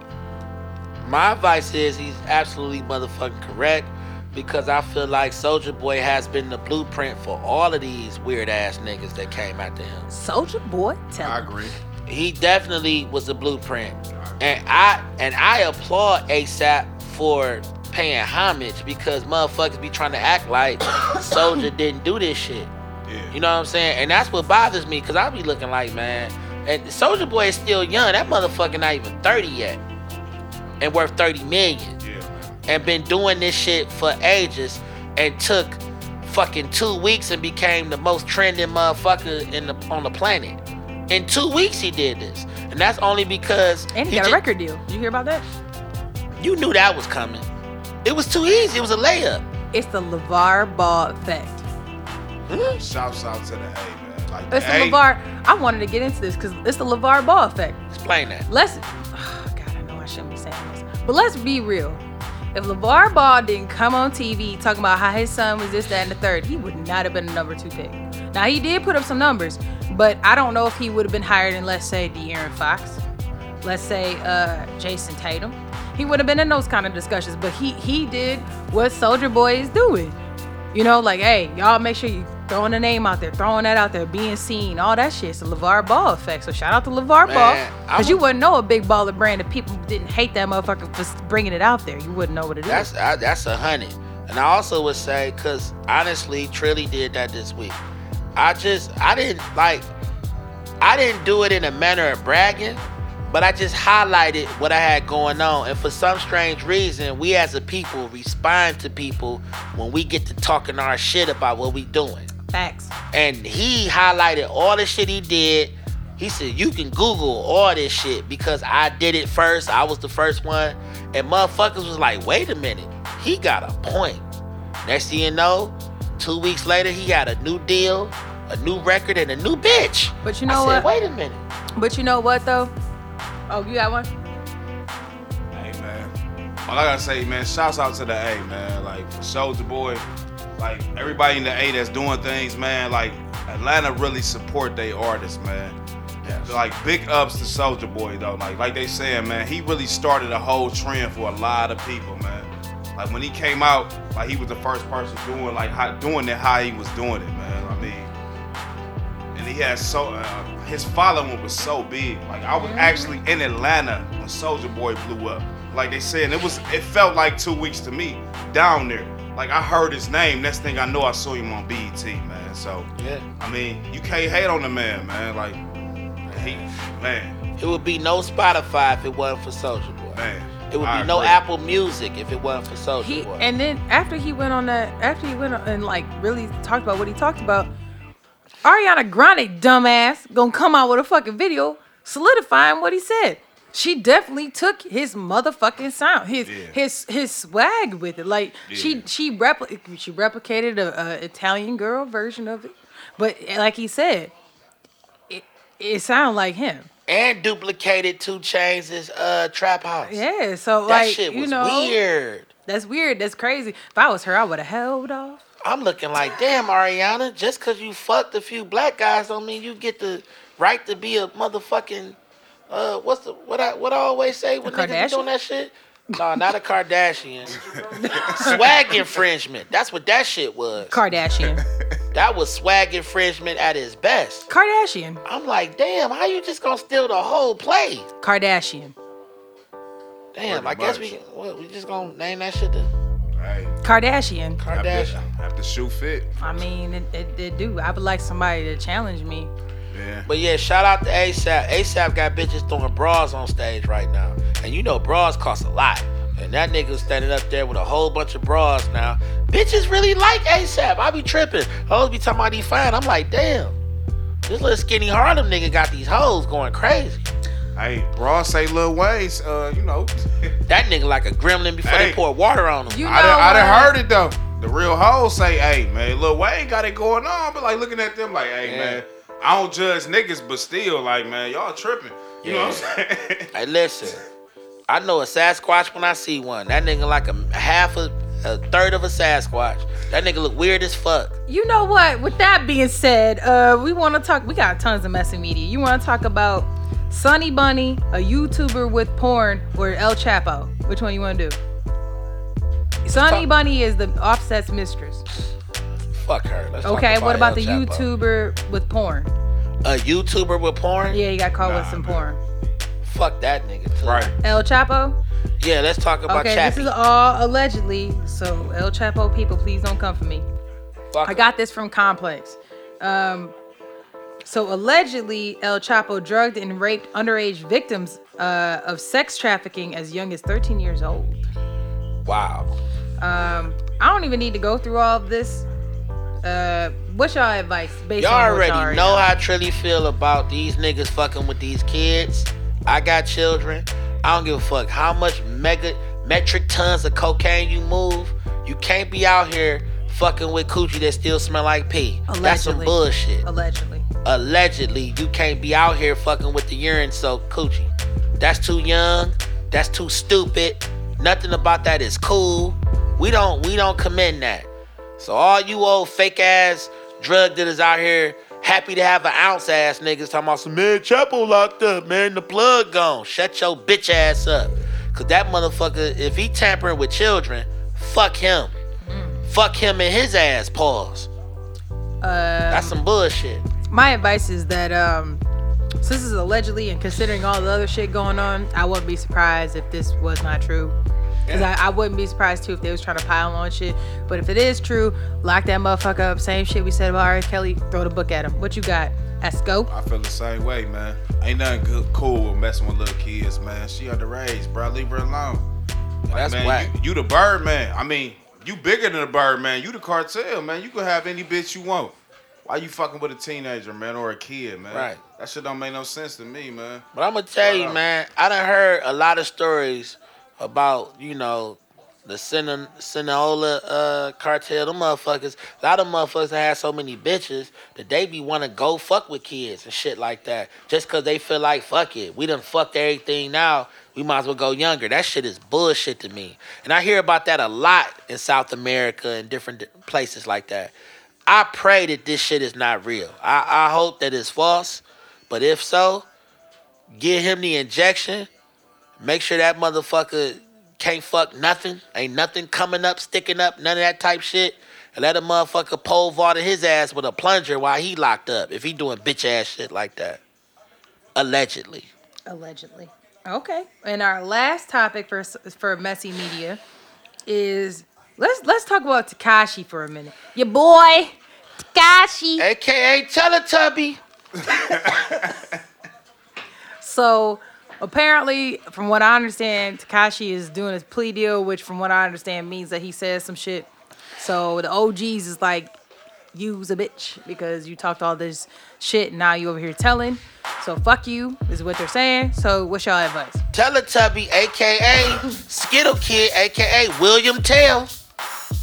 My advice is he's absolutely motherfucking correct because I feel like Soldier Boy has been the blueprint for all of these weird ass niggas that came after him.
Soldier boy, tell
I
him.
agree.
he definitely was the blueprint. And I and I applaud ASAP for paying homage because motherfuckers be trying to act like Soldier didn't do this shit.
Yeah.
You know what I'm saying? And that's what bothers me because I be looking like, man, and Soldier Boy is still young. That motherfucker not even 30 yet. And worth 30 million.
Yeah.
And been doing this shit for ages and took fucking two weeks and became the most trending motherfucker in the on the planet. In two weeks he did this. And that's only because
And he, got
ju-
a record deal. Did you hear about that?
You knew that was coming. It was too easy. It was a layup.
It's the LeVar Ball effect.
Shouts out to the A, man. Like,
It's
hey,
the LeVar. I wanted to get into this because it's the LeVar Ball effect.
Explain that.
Let's. Oh God, I know I shouldn't be saying this, but let's be real. If LeVar Ball didn't come on TV talking about how his son was this, that, and the third, he would not have been a number two pick. Now he did put up some numbers, but I don't know if he would have been higher than let's say De'Aaron Fox, let's say uh, Jason Tatum. He would have been in those kind of discussions, but he he did what Soldier Boy is doing. You know, like hey, y'all make sure you throwing a name out there, throwing that out there, being seen, all that shit. It's the LeVar Ball effect. So shout out to LeVar
Man,
Ball,
I
because you
would-
wouldn't know a big baller brand if people didn't hate that motherfucker for bringing it out there. You wouldn't know what it is.
That's I, that's a hundred. And I also would say, cause honestly, Trilly did that this week. I just I didn't like I didn't do it in a manner of bragging, but I just highlighted what I had going on. And for some strange reason, we as a people respond to people when we get to talking our shit about what we doing.
Facts.
and he highlighted all the shit he did. He said, "You can Google all this shit because I did it first. I was the first one." And motherfuckers was like, "Wait a minute, he got a point." Next thing you know, two weeks later, he got a new deal, a new record, and a new bitch.
But you
I
know
said,
what?
Wait a minute.
But you know what though? Oh, you got one?
Hey, man. All I gotta say, man, shouts out to the A, man. Like, Soldier Boy, like, everybody in the A that's doing things, man. Like, Atlanta really support their artists, man. Like, big ups to Soldier Boy, though. Like, like they saying, man, he really started a whole trend for a lot of people, man. Like, when he came out, like, he was the first person doing, like, how, doing it how he was doing it, man. I mean, and he had so uh, his following was so big. Like I was actually in Atlanta when Soldier Boy blew up. Like they said, and it was it felt like two weeks to me down there. Like I heard his name. Next thing I know, I saw him on BET, man. So
Yeah.
I mean, you can't hate on the man, man. Like he, man,
It would be no Spotify if it wasn't for Social Boy.
man.
It would be
I
no
agree.
Apple Music if it wasn't for Social
He
Boy.
and then after he went on that, after he went on and like really talked about what he talked about, Ariana Grande, dumbass, gonna come out with a fucking video solidifying what he said. She definitely took his motherfucking sound, his his his swag with it. Like she she repli- she replicated a, a Italian girl version of it, but like he said, it, It sound like him.
and duplicated Two Chains' uh, trap house.
Yeah. So
that
like
shit was
you know
weird.
that's weird. That's crazy. If I was her, I would have held off.
I'm looking like, damn, Ariana, just because you fucked a few black guys don't mean you get the right to be a motherfucking. Uh, what's the what I what I always say when niggas be
Kardashian?
doing that shit? No, not a Kardashian. swag infringement. That's what that shit was.
Kardashian.
that was swag infringement at its best.
Kardashian.
I'm like, damn, how you just gonna steal the whole play?
Kardashian.
Damn, I
Pretty
guess
much.
we what, we just gonna name that shit the
Hey,
Kardashian.
have
Kardashian.
to, have to shoot fit.
I mean, it, it, it do. I would like somebody to challenge me.
Yeah.
But yeah, shout out to ASAP. ASAP got bitches throwing bras on stage right now. And you know bras cost a lot. And that nigga was standing up there with a whole bunch of bras now. Bitches really like ASAP. I be tripping. Hoes be talking about he fine. I'm like, damn. This little skinny Harlem nigga got these hoes going crazy.
Hey, bro, say Lil Wayne's, uh, you know.
That nigga like a gremlin before they
Hey.
pour water on him.
You know,
I done, I done
uh,
heard it though. The real hoes say, "Hey man, Lil Wayne got it going on," but like looking at them, like, "Hey
Yeah.
man, I don't judge niggas, but still, like man, y'all tripping." You know what I'm saying?
Hey, listen. I know a Sasquatch when I see one. That nigga like a half a, a third of a Sasquatch. That nigga look weird as fuck.
You know what? With that being said, uh, we want to talk. We got tons of messy media. You want to talk about Sunny Bunny, a YouTuber with porn, or El Chapo? Which one you want to do? Sunny
talk-
Bunny is the Offset's mistress.
Fuck her. Let's talk
Okay, what about the
El Chapo.
YouTuber with porn?
a YouTuber with porn?
Yeah, he got caught with some porn.
Fuck that nigga too.
right.
El Chapo.
Yeah, let's talk about
Okay,
Chappie.
this is all allegedly. So El Chapo people, please don't come for me.
Fuck
I
him.
got this from Complex. Um, so allegedly, El Chapo drugged and raped underage victims uh, of sex trafficking as young as 13 years old.
Wow.
Um, I don't even need to go through all of this. Uh, what's y'all advice? Based
Y'all
on what
already
y'all
know how I truly feel about these niggas fucking with these kids. I got children. I don't give a fuck how much mega metric tons of cocaine you move. You can't be out here fucking with coochie that still smell like pee. That's some
Allegedly.
bullshit.
allegedly.
allegedly you can't be out here fucking with the urine soaked coochie. That's too young. That's too stupid. Nothing about that is cool. We don't we don't commend that. So all you old fake ass drug dealers out here happy to have an ounce ass niggas talking about some man Chapo locked up, man, the plug gone. Shut your bitch ass up. Cause that motherfucker, if he tampering with children, fuck him. Fuck him and his ass pause. That's some bullshit.
My advice is that um, since this is allegedly, and considering all the other shit going on, I wouldn't be surprised if this was not true. Cause I, I wouldn't be surprised too if they was trying to pile on shit. But if it is true, lock that motherfucker up. Same shit we said about R. Kelly. Throw the book at him. What you got? Esco.
I feel the same way, man. Ain't nothing good, cool with messing with little kids, man. She underage, bro. Leave her alone.
That's
man,
whack.
You, you the bird man. I mean, you bigger than the bird man. You the cartel, man. You can have any bitch you want. Why you fucking with a teenager, man, or a kid, man?
Right.
That shit don't make no sense to me, man.
But I'm gonna tell you,
Wow.
man, I done heard a lot of stories about you know the Cine- Cineola uh, cartel, them motherfuckers. A lot of motherfuckers that had so many bitches that they be wanna go fuck with kids and shit like that, just cause they feel like fuck it, we done fucked everything now. We might as well go younger. That shit is bullshit to me, and I hear about that a lot in South America and different di- places like that. I pray that this shit is not real. I, I hope that it's false, but if so, give him the injection. Make sure that motherfucker can't fuck nothing. Ain't nothing coming up, sticking up, none of that type shit. And let a motherfucker pole vault in his ass with a plunger while he locked up. If he doing bitch ass shit like that, allegedly.
Allegedly. Okay. And our last topic for for messy media is let's let's talk about Takashi for a minute. Your boy Takashi.
AKA Teletubby.
So apparently, from what I understand, Takashi is doing his plea deal, which from what I understand means that he says some shit. So the OGs is like, you's a bitch because you talked all this shit and now you over here telling. So fuck you is what they're saying. So what's y'all advice?
Teletubby, AKA Skittle Kid, AKA William Tell.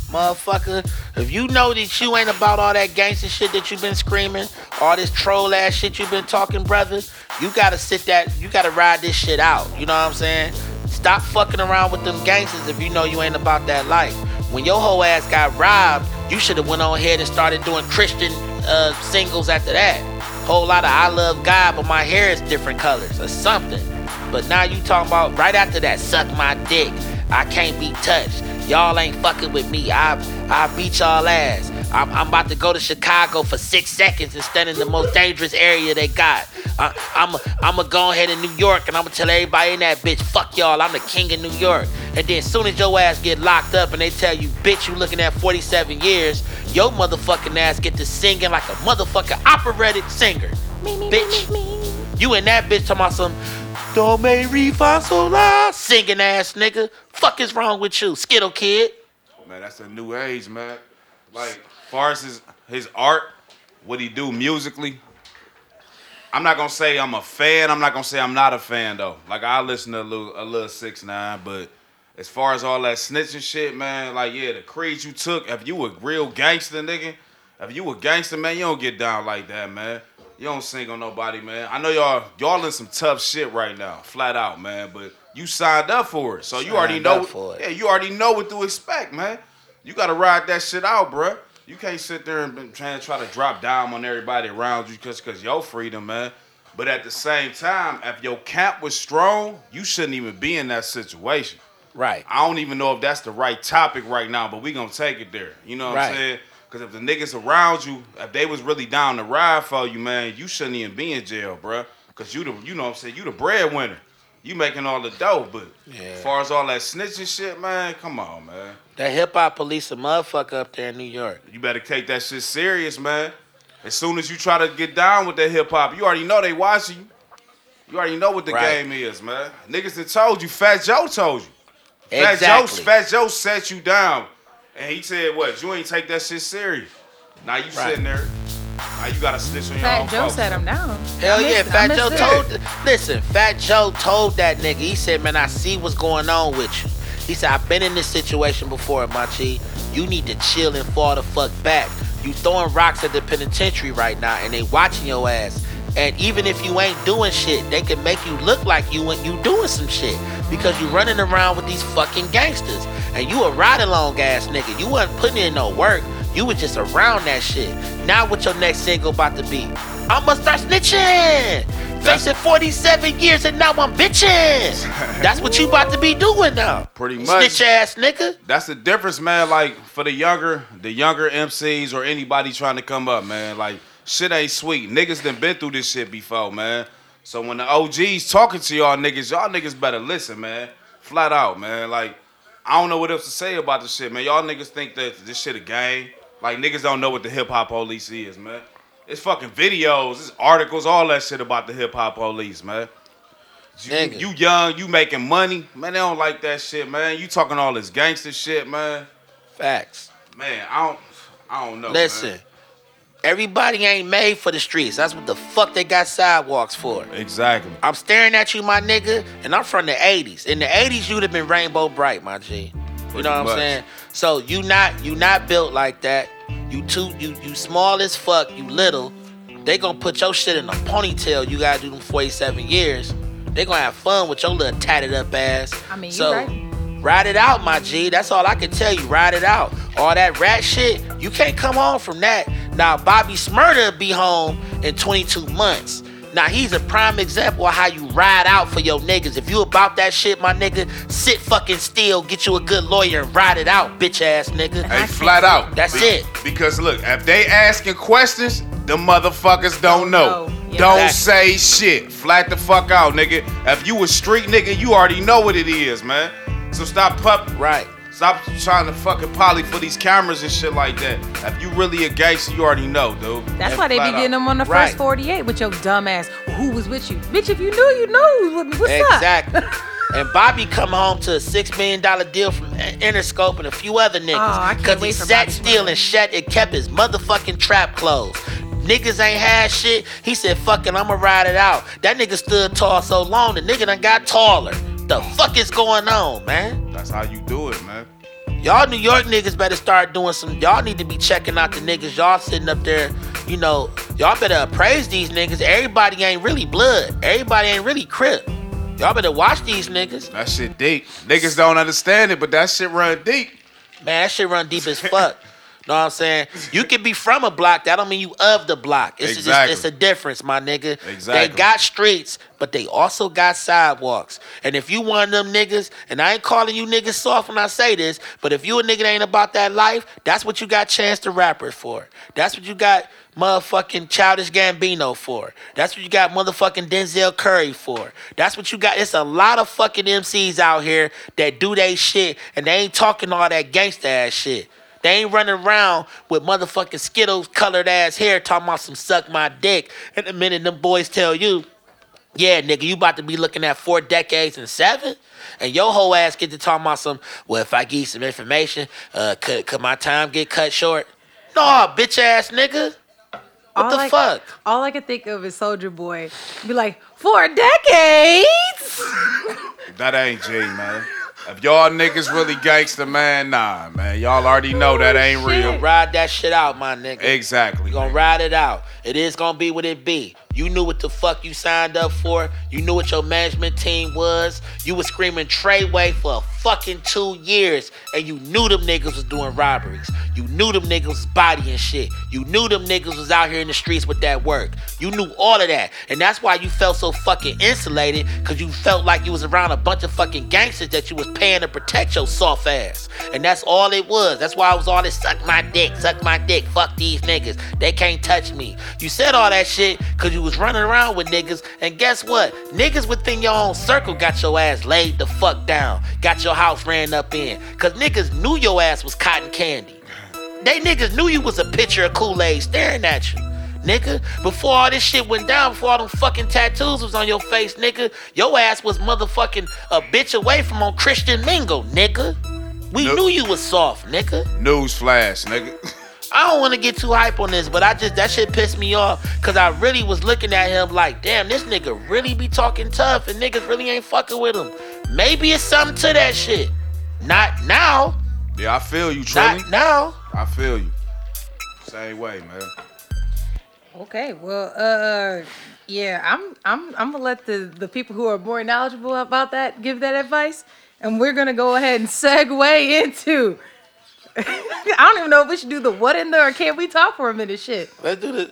motherfucker. If you know that you ain't about all that gangster shit that you've been screaming, all this troll ass shit you've been talking, brother, you gotta sit that, you gotta ride this shit out. You know what I'm saying? Stop fucking around with them gangsters if you know you ain't about that life. When your whole ass got robbed, you should have went on ahead and started doing Christian uh, singles after that. Whole lot of I love God, but my hair is different colors or something. But now you talking about right after that, suck my dick. I can't be touched. Y'all ain't fucking with me. I I beat y'all ass. I'm, I'm about to go to Chicago for six seconds and stand in the most dangerous area they got. I, I'm I'm gonna go ahead in New York and I'm gonna tell everybody in that bitch, fuck y'all. I'm the king of New York. And then soon as your ass get locked up and they tell you, bitch, you looking at 47 years, your motherfucking ass get to singing like a motherfucking operatic singer, bitch. You and that bitch talking about some don't make refasola singing ass nigga. Fuck is wrong with you, Skittle kid?
Man, that's a new age, man. Like, far as his, his art, what he do musically, I'm not gonna say I'm a fan. I'm not gonna say I'm not a fan though. Like I listen to a little, a little six nine, but as far as all that snitching shit, man, like yeah, the creed you took. If you a real gangster, nigga, if you a gangster, man, you don't get down like that, man. You don't sing on nobody, man. I know y'all, y'all in some tough shit right now, flat out, man. But you signed up for it, so you already
Signed
know.
up for it.
Yeah, you already know what to expect, man. You gotta ride that shit out, bruh. You can't sit there and been trying to try to drop dime on everybody around you because cause your freedom, man. But at the same time, if your camp was strong, you shouldn't even be in that situation.
Right.
I don't even know if that's the right topic right now, but we gonna take it there. You know what I'm
Right.
saying? Because if the niggas around you, if they was really down to ride for you, man, you shouldn't even be in jail, bruh. Because you the, you know what I'm saying? You the breadwinner. You making all the dough, but as far as all that snitching shit, man, come on, man.
That hip hop police a motherfucker up there in New York.
You better take that shit serious, man. As soon as you try to get down with that hip hop, you already know they watching you. You already know what the
Right.
game is, man. Niggas that told you, Fat Joe told you. Fat Joe,
Exactly.
Fat Joe set you down, and he said, "What? You ain't take that shit serious." Now you
Right.
sitting there. Now you gotta snitch on your own
Fat Joe
folks.
set him down.
Hell
I
yeah,
missed- I
Fat
missed
Joe
it.
told. Listen, Fat Joe told that nigga. He said, "Man, I see what's going on with you." He said, "I've been in this situation before, Machi. You need to chill and fall the fuck back. You throwing rocks at the penitentiary right now, and they watching your ass. And even if you ain't doing shit, they can make you look like you when you doing some shit because you running around with these fucking gangsters, and you a ride along ass nigga. You wasn't putting in no work. You was just around that shit. Now what your next single about to be? I'ma start snitching. Facing 47 years and now I'm bitching. That's what you about to be doing now.
Pretty much.
Snitch ass nigga.
That's the difference, man. Like for the younger, the younger MCs or anybody trying to come up, man. Like shit ain't sweet. Niggas done been through this shit before, man. So when the OGs talking to y'all niggas, y'all niggas better listen, man. Flat out, man. Like I don't know what else to say about this shit, man. Y'all niggas think that this shit a game. Like niggas don't know what the hip hop police is, man. It's fucking videos, it's articles, all that shit about the hip hop police, man. You,
Nigga.
you young, you making money, man. They don't like that shit, man. You talking all this gangster shit, man.
Facts.
Man, I don't, I don't know. man.
Listen. Everybody ain't made for the streets. That's what the fuck they got sidewalks for.
exactly.
I'm staring at you, my nigga, and I'm from the 80s. In the 80s, you'd have been rainbow bright, my G. You know what I'm
much.
saying? So you not you not built like that. You too you you small as fuck, you little. They gonna put your shit in a ponytail. You gotta do them 47 years. They gonna have fun with your little tatted up ass.
I mean, you
so,
right.
Ride it out, my G. That's all I can tell you. Ride it out. All that rat shit, you can't come home from that. Now, Bobby Smurda be home in 22 months. Now, he's a prime example of how you ride out for your niggas. If you about that shit, my nigga, sit fucking still, get you a good lawyer, and ride it out, bitch ass nigga.
Hey, flat out.
That's it.
Because look, if they asking questions, the motherfuckers don't know.
know. Yeah.
Don't say
Exactly.
shit. Flat the fuck out, nigga. If you a street nigga, you already know what it is, man. So stop pup.
Right.
Stop trying to fucking poly for these cameras and shit like that. If you really a gangster, you already know, dude.
That's why they be
Flat out.
getting them on the
Right.
first 48 with your dumb ass. Who was with you? Bitch, if you knew, you knew. What- What's up?
Exactly. and Bobby come home to a six million dollar deal from In- Interscope and a few other
Oh, I
niggas
can't
he
wait for
sat
Bobby
still
Smurda.
and shut and kept his motherfucking trap closed. Niggas ain't had shit. He said, "Fuck it, I'ma ride it out." That nigga stood tall so long, the nigga done got taller. The fuck is going on, man?
That's how you do it, man.
Y'all New York niggas better start doing some. Y'all need to be checking out the niggas. Y'all sitting up there, you know. Y'all better appraise these niggas. Everybody ain't really blood. Everybody ain't really crip. Y'all better watch these niggas.
That shit deep. Niggas don't understand it, but that shit run deep.
Man, that shit run deep as fuck. know what I'm saying? You could be from a block, that don't mean you of the block. It's
Exactly.
just it's a difference, my nigga. They
Exactly.
got streets, but they also got sidewalks. And if you one of them niggas, and I ain't calling you niggas soft when I say this, but if you a nigga that ain't about that life, that's what you got Chance the Rapper for. That's what you got motherfucking Childish Gambino for. That's what you got motherfucking Denzel Curry for. That's what you got. It's a lot of fucking MCs out here that do they shit, and they ain't talking all that gangsta ass shit. They ain't running around with motherfucking Skittles colored ass hair talking about some suck my dick. And the minute them boys tell you, yeah, nigga, you about to be looking at four decades and seven, and your whole ass get to talking about some. Well, if I give you some information, uh, could could my time get cut short? Nah, bitch ass nigga. What
all
the
I,
fuck?
All I could think of is Soldier Boy. Be like, for decades.
That ain't G, man. If y'all niggas really gangster, man, nah, man. Y'all already know that ain't real.
Ride that Oh, shit out, my nigga.
Exactly.
We gonna ride it out. It is gonna be what it be. You knew what the fuck you signed up for. You knew what your management team was. You was screaming Treyway for a fucking two years, and you knew them niggas was doing robberies. You knew them niggas was bodying shit. You knew them niggas was out here in the streets with that work. You knew all of that, and that's why you felt so fucking insulated, cause you felt like you was around a bunch of fucking gangsters that you was paying to protect your soft ass. And that's all it was. That's why I was all this suck my dick, suck my dick, fuck these niggas. They can't touch me. You said all that shit because you was running around with niggas. And guess what? Niggas within your own circle got your ass laid the fuck down, got your house ran up in. Because niggas knew your ass was cotton candy. They niggas knew you was a picture of Kool-Aid staring at you. Nigga, before all this shit went down, before all them fucking tattoos was on your face, nigga, your ass was motherfucking a bitch away from on Christian Mingle, nigga. We
Nope.
knew you was soft, nigga.
News flash, nigga.
I don't want to get too hype on this, but I just that shit pissed me off because I really was looking at him like, damn, this nigga really be talking tough and niggas really ain't fucking with him. Maybe it's something to that shit. Not now.
Yeah, I feel you, Trilly.
Not now.
I feel you. Same way, man.
Okay, well, uh, yeah, I'm, I'm, I'm gonna let the the people who are more knowledgeable about that give that advice, and we're gonna go ahead and segue into. I don't even know if we should do the what in there or can't we talk for a minute shit.
Let's do this.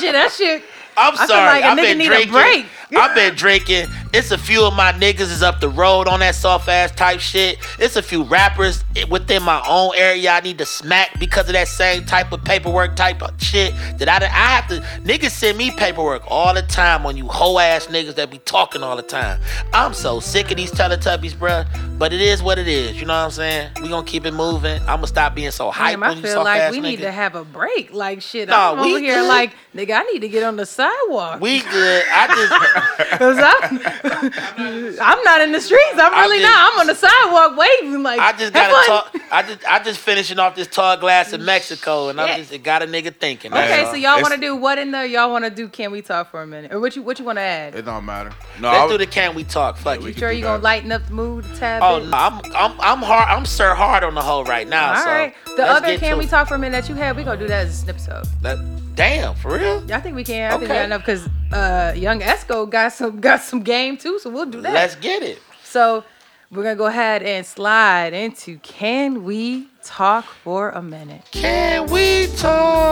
shit, that shit.
I'm
feel
sorry.
like a
I've
nigga
been
need a
drinking.
break.
I've been drinking. It's a few of my niggas is up the road on that soft ass type shit. It's a few rappers i- within my own area I need to smack because of that same type of paperwork type of shit that I done- I have to niggas send me paperwork all the time on you hoe ass niggas that be talking all the time. I'm so sick of these Teletubbies, bruh. But it is what it is. You know what I'm saying? We gonna keep it moving. I'm gonna stop being so hype
Damn,
on
I
you
feel
soft
like
ass
we need
niggas.
to have a break. Like shit,
Nah,
I'm
we
over here
good.
like nigga, I need to get on the sidewalk.
we good. I just.
Cause I'm, I'm not in the streets. I'm
I
really
just-
not. I'm on the sidewalk waving like.
I
"Have
just gotta
fun."
talk. I just I just finishing off this tall glass in Mexico, and
Shit.
I'm just it got a nigga thinking.
Okay,
Yeah.
so y'all
It's-
want to do what in there? Y'all want to do? Can we talk for a minute? Or what you what you want to add?
It don't matter. No, I
Let's
was-
do the can we talk? Fuck it.
we
you
can
sure
do
you gonna
that.
lighten up the mood a tad
Oh,
bit?
no, I'm I'm I'm hard. I'm Sir Hard on the hoe right now.
All
so
right. The
let's
other
get
can
to
we
it.
talk for a minute that you had, we gonna do that as a snip episode.
Let- damn, for real.
Y'all think we can? I think we
Okay.
got enough because uh, young Esco got some got some game too, so we'll do that.
Let's get it.
so we're gonna go ahead and slide into can we talk for a minute?
Can we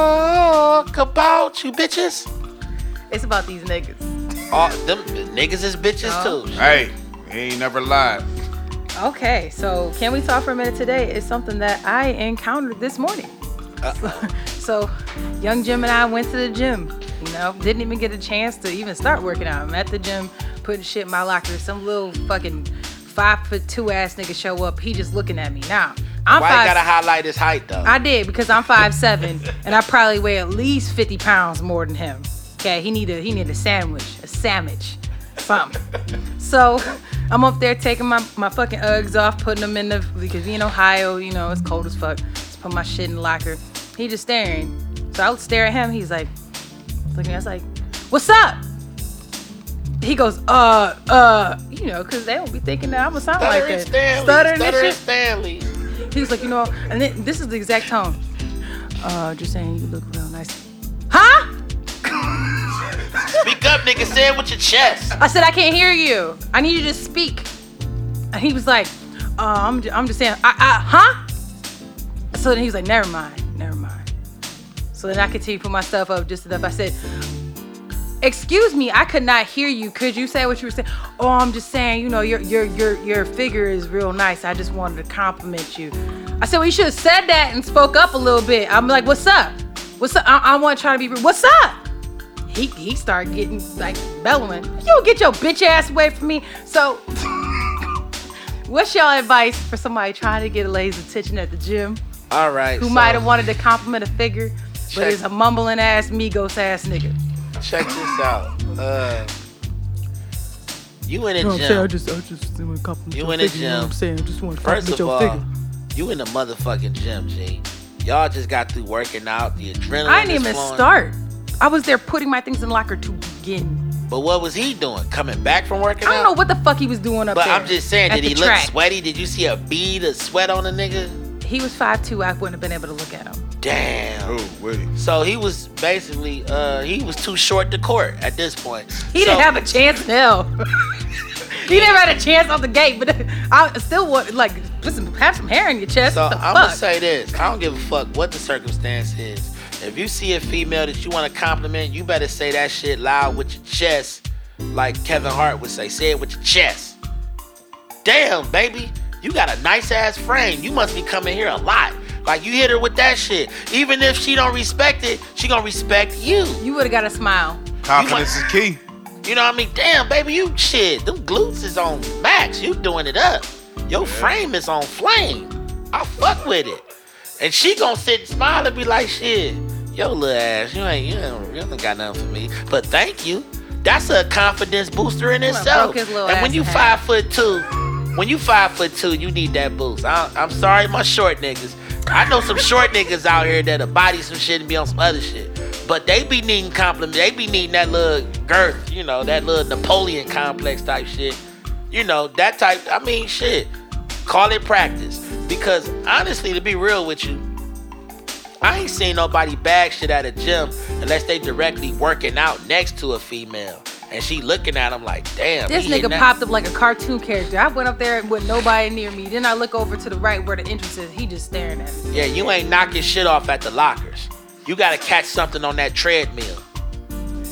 talk about you bitches?
It's about these niggas.
All them niggas is bitches too.
Hey, he ain't never lied.
Okay, so can we talk for a minute today? Is something that I encountered this morning.
Uh.
So, young Jim and I went to the gym. You know, didn't even get a chance to even start working out. I'm at the gym, putting shit in my locker. Some little fucking five foot two ass nigga show up. He just looking at me. Now, I'm
Why you
five.
gotta highlight his height though?
I did because I'm five seven and I probably weigh at least fifty pounds more than him. Okay, he need a he need a sandwich, a sandwich, something. So I'm up there taking my, my fucking Uggs off, putting them in the because we in Ohio, you know, it's cold as fuck. Just put my shit in the locker. He just staring. So I would stare at him, he's like looking at us like, what's up? He goes, uh, uh, you know, cause they don't be thinking that I'ma sound like
Stuttering
that.
Stanley.
Stuttering and
Stuttering
shit.
Stanley.
He was like, you know, and then this is the exact tone. Uh, just saying, you look real nice. Huh?
Speak up, nigga. Say it with your chest.
I said, I can't hear you. I need you to speak. And he was like, uh, I'm, ju- I'm just saying, I, I, huh? So then he was like, never mind, never mind. So then I continued to put myself up just enough. I said, excuse me, I could not hear you. Could you say what you were saying? Oh, I'm just saying, you know, your, your, your, your figure is real nice. I just wanted to compliment you. I said, well, you should have said that and spoke up a little bit. I'm like, what's up? What's up? I, I want to try to be rude. What's up? he he started getting like bellowing. You don't get your bitch ass away from me. So, what's y'all advice for somebody trying to get a lady's attention at the gym
All right.
who
so
might have wanted to compliment a figure, but
Check.
is a mumbling ass Migos ass nigga?
Check this out. Uh, you in a gym.
just, I just want to compliment
You your in the figure, you know what I'm gym.
saying? I just want to
First of all, you in the motherfucking gym, G. Y'all just got through working out. The adrenaline.
I didn't
is
even
flowing.
start. I was there putting my things in the locker to begin.
But what was he doing? Coming back from working
I
out?
don't know what the fuck he was doing up
But
there.
I'm just saying,
at
did
the
he look
track.
sweaty? Did you see a bead of sweat on the nigga?
He was 5'2", I wouldn't have been able to look at him.
Damn.
Oh, wait.
So he was basically, uh, he was too short to court at this point.
He didn't have a chance in hell. he never had a chance off the gate, but I still want like put some have some hair in your chest.
So
what the
I'm
fuck?
gonna say this: I don't give a fuck what the circumstance is. If you see a female that you want to compliment, you better say that shit loud with your chest, like Kevin Hart would say. Say it with your chest. Damn, baby, you got a nice ass frame. You must be coming here a lot. Like you hit her with that shit. Even if she don't respect it, she gonna respect you.
you would have got a smile.
Confidence is key.
You know what I mean? Damn, baby, you shit. Them glutes is on max. You doing it up. Your frame is on flame. I fuck with it. And she gonna sit and smile and be like, shit, yo little ass, you ain't you ain't, you ain't got nothing for me. But thank you. That's a confidence booster in itself.
broke his little
And
ass
when you
in
five
half.
foot two, when you five foot two, you need that boost. I, I'm sorry, my short niggas. I know some short niggas out here that'll body some shit and be on some other shit. But they be needing compliments. They be needing that little girth, you know, that little Napoleon complex type shit. You know, that type, I mean, shit. Call it practice. Because honestly, to be real with you, I ain't seen nobody bag shit at a gym unless they directly working out next to a female. And she looking at him like, damn.
This
he hitting
nigga
that-
popped up like a cartoon character. I went up there with nobody near me. Then I look over to the right where the entrance is. He just staring at me.
Yeah, you ain't knocking shit off at the lockers. You gotta catch something on that treadmill.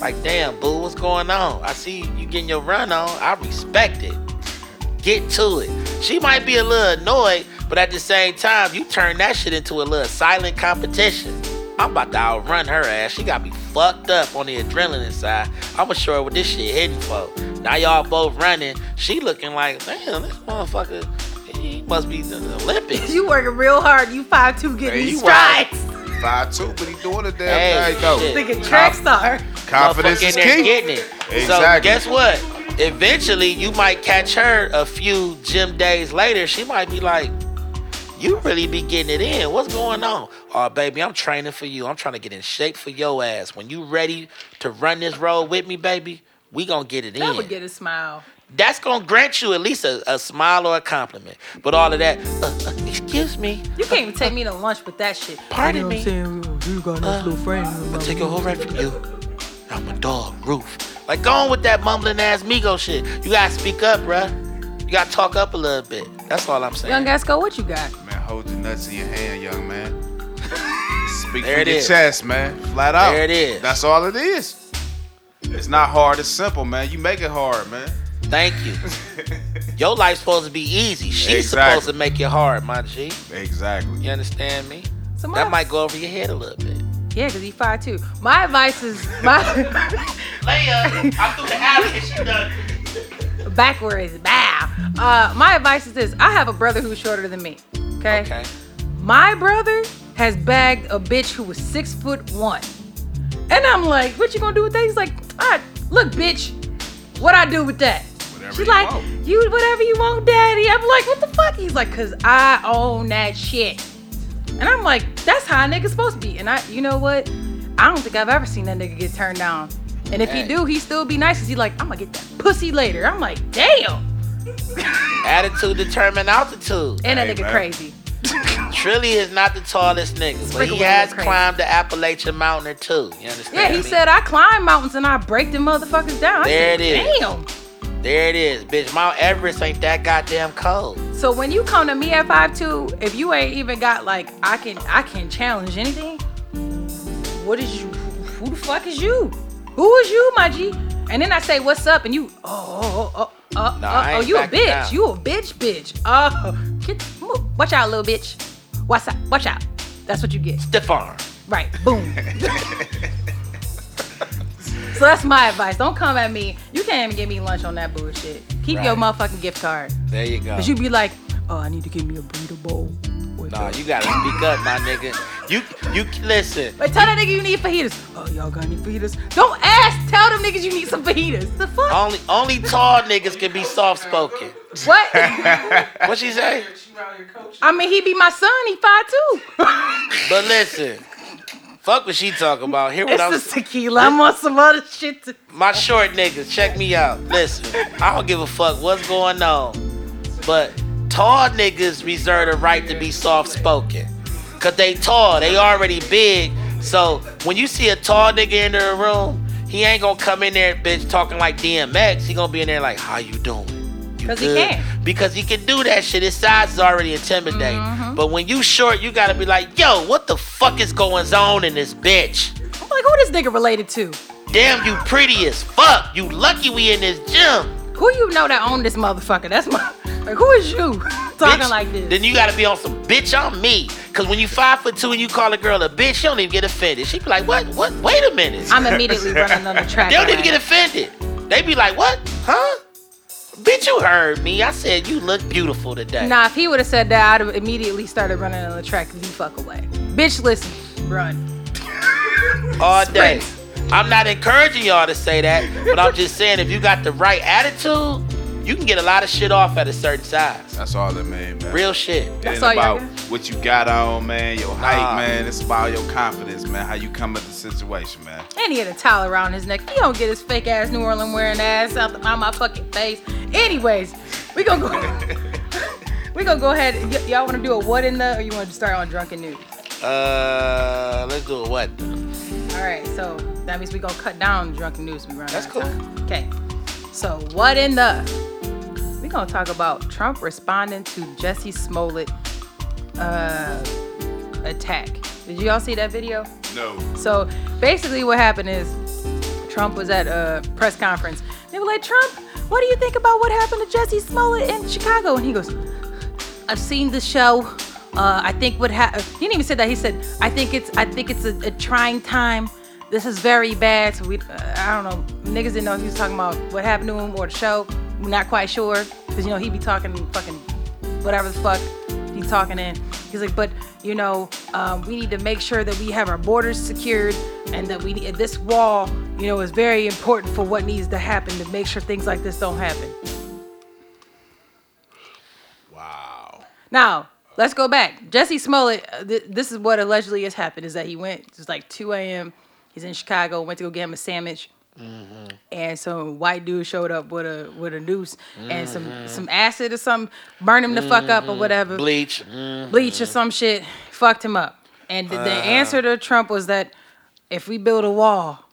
Like, damn, boo, what's going on? I see you getting your run on. I respect it. Get to it. She might be a little annoyed, but at the same time, you turn that shit into a little silent competition. I'm about to outrun her ass. She got me fucked up on the adrenaline side. I'ma show her what this shit hitting for. Now y'all both running. She looking like, damn, this motherfucker, he must be in the Olympics.
You working real hard. You 5'2",
Hey,
getting these
you wild.
strides.
Five two, but he doing it damn
Hey,
thing though.
shit.
Thinking track star.
Confidence
motherfucker in
is
there
key.
Getting it. So
Exactly.
guess what? Eventually, you might catch her a few gym days later. She might be like, "You really be getting it in? What's going on? Oh, baby, I'm training for you. I'm trying to get in shape for your ass. When you ready to run this road with me, baby, we gonna get it
I
in.
would get a smile.
That's gonna grant you at least a, a smile or a compliment. But all of that, uh, uh, excuse me,
You can't even take me to lunch with that shit.
pardon me.
saying? You got a nice little frame.
I'll Uh, take a whole right from you. I'm a dog, roof. Like, go on with that mumbling ass Migo shit. You gotta speak up, bruh. You gotta talk up a little bit. That's all I'm saying.
Young Gasco, what you got?
Man, hold your nuts in your hand, young man. Speak
There
from
it
your
is.
chest, man. Flat out.
There it is.
That's all it is. It's not hard. It's simple, man. You make it hard, man.
Thank you. Your life's supposed to be easy. She's
Exactly.
supposed to make it hard, my G.
Exactly.
You understand me?
Some
That
of-
might go over your head a little bit.
Yeah, because he 5'2". My advice is my
Leia, I threw the alley and she done.
backwards. Bow. Uh, my advice is this: I have a brother who's shorter than me. Okay.
Okay.
My brother has bagged a bitch who was six foot one, and I'm like, "What you gonna do with that?" He's like, "I look, bitch, what I do with that?"
Whatever
She's
you
like,
want.
"You whatever you want, daddy." I'm like, "What the fuck?" He's like, "Cause I own that shit," and I'm like, "That's how a nigga's supposed to be." And I, you know what? I don't think I've ever seen that nigga get turned down. And if
Hey.
he do, he still be nice because he like, I'm gonna get that pussy later. I'm like, damn.
Attitude determine altitude.
And that
Hey,
nigga
man.
crazy.
Trilly is not the tallest nigga, but he
Sprinkle
has
with cream.
climbed the Appalachian Mountain or two. You understand?
Yeah, he
me?
said I climb mountains and I break them motherfuckers down. I
There
said,
it is.
Damn.
There it is, bitch. Mount Everest ain't that goddamn cold.
So when you come to me at 5'2", if you ain't even got like I can I can challenge anything, what is you who the fuck is you? Who is you, my G? And then I say, what's up? And you, oh, oh, oh, oh, oh,
Nah, I
oh,
ain't
you a
backing
bitch.
down.
You a bitch, bitch. Oh, get, move. watch out, little bitch. Watch out, watch out. That's what you get.
Stiff arm.
Right. Boom. so that's my advice. Don't come at me. You can't even get me lunch on that bullshit. Keep your
Right.
motherfucking gift card.
There you go.
Cause you be like,
Oh, I need to give me a burrito bowl. With
Nah,
uh,
you gotta speak up, my nigga. You you listen.
wait, tell that nigga you need fajitas.
oh, y'all got any fajitas?
Don't ask. Tell them niggas you need some fajitas. The fuck?
Only only tall niggas can be soft spoken.
What?
What she say?
I mean, he be my son. He five two.
But listen, fuck what she talking about. Hear what I'm
It's the tequila. I'm on some other shit. To-
my short niggas, check me out. Listen, I don't give a fuck what's going on, but tall niggas reserve the right to be soft spoken. Cause they tall, they already big. So when you see a tall nigga in the room, he ain't gonna come in there, bitch, talking like DMX. He gonna be in there like, how you doing? You
'Cause he
good?"
can.
Because he can do that shit. His size is already intimidating.
Mm-hmm.
But when you short, you gotta be like, yo, what the fuck is going on in this bitch?
I'm like, who this nigga related to?
Damn, you pretty as fuck. You lucky we in this gym.
Who you know that own this motherfucker? That's my. Like, who is you talking
Bitch,
like this?
Then you gotta be on some bitch on me. Cause when you five foot two and you call a girl a bitch, she don't even get offended. She be like, what? What? Wait a minute.
I'm immediately running on the track.
they don't even
around.
get offended. They be like, what? Huh? Bitch, you heard me. I said you look beautiful today.
Nah, if he would have said that, I'd have immediately started running on the track. You fuck away, bitch. Listen, run.
all day. I'm not encouraging y'all to say that, but I'm just saying if you got the right attitude, you can get a lot of shit off at a certain size.
That's all that means, man.
Real shit.
It ain't
all y'all
about what you got on, man. Your height, man. It's about your confidence, man. How you come at the situation, man.
And he had a towel around his neck. He don't get his fake ass New Orleans wearing ass up on my fucking face. Anyways, we gonna go. we gonna go ahead. Y- y'all want to do a what in the, or you want to start on drunken news?
Uh, let's do a what?
All right, so that means we gonna cut down drunken news. We run.
That's
out
cool.
of time. Okay. So what in the? We gonna talk about Trump responding to Jesse Smollett uh, attack. Did y'all see that video?
No.
So basically, what happened is Trump was at a press conference. They were like, Trump, what do you think about what happened to Jesse Smollett in Chicago? And he goes, I've seen the show. Uh, I think what happened. He didn't even say that. He said, I think it's I think it's a, a trying time. This is very bad. So we, uh, I don't know. Niggas didn't know if he was talking about what happened to him or the show. We're not quite sure because you know he be talking fucking whatever the fuck he's talking in. He's like, but you know, um, we need to make sure that we have our borders secured and that we need this wall, you know, is very important for what needs to happen to make sure things like this don't happen.
Wow.
Now, let's go back. Jesse Smollett, uh, th- this is what allegedly has happened is that he went, it was like 2 a.m., he's in Chicago, went to go get him a sandwich. And some white dude showed up with a with a noose and some some acid or something, burned him the fuck up or whatever.
Bleach. Mm.
bleach or some shit fucked him up. And the, the answer to Trump was that if we build a wall,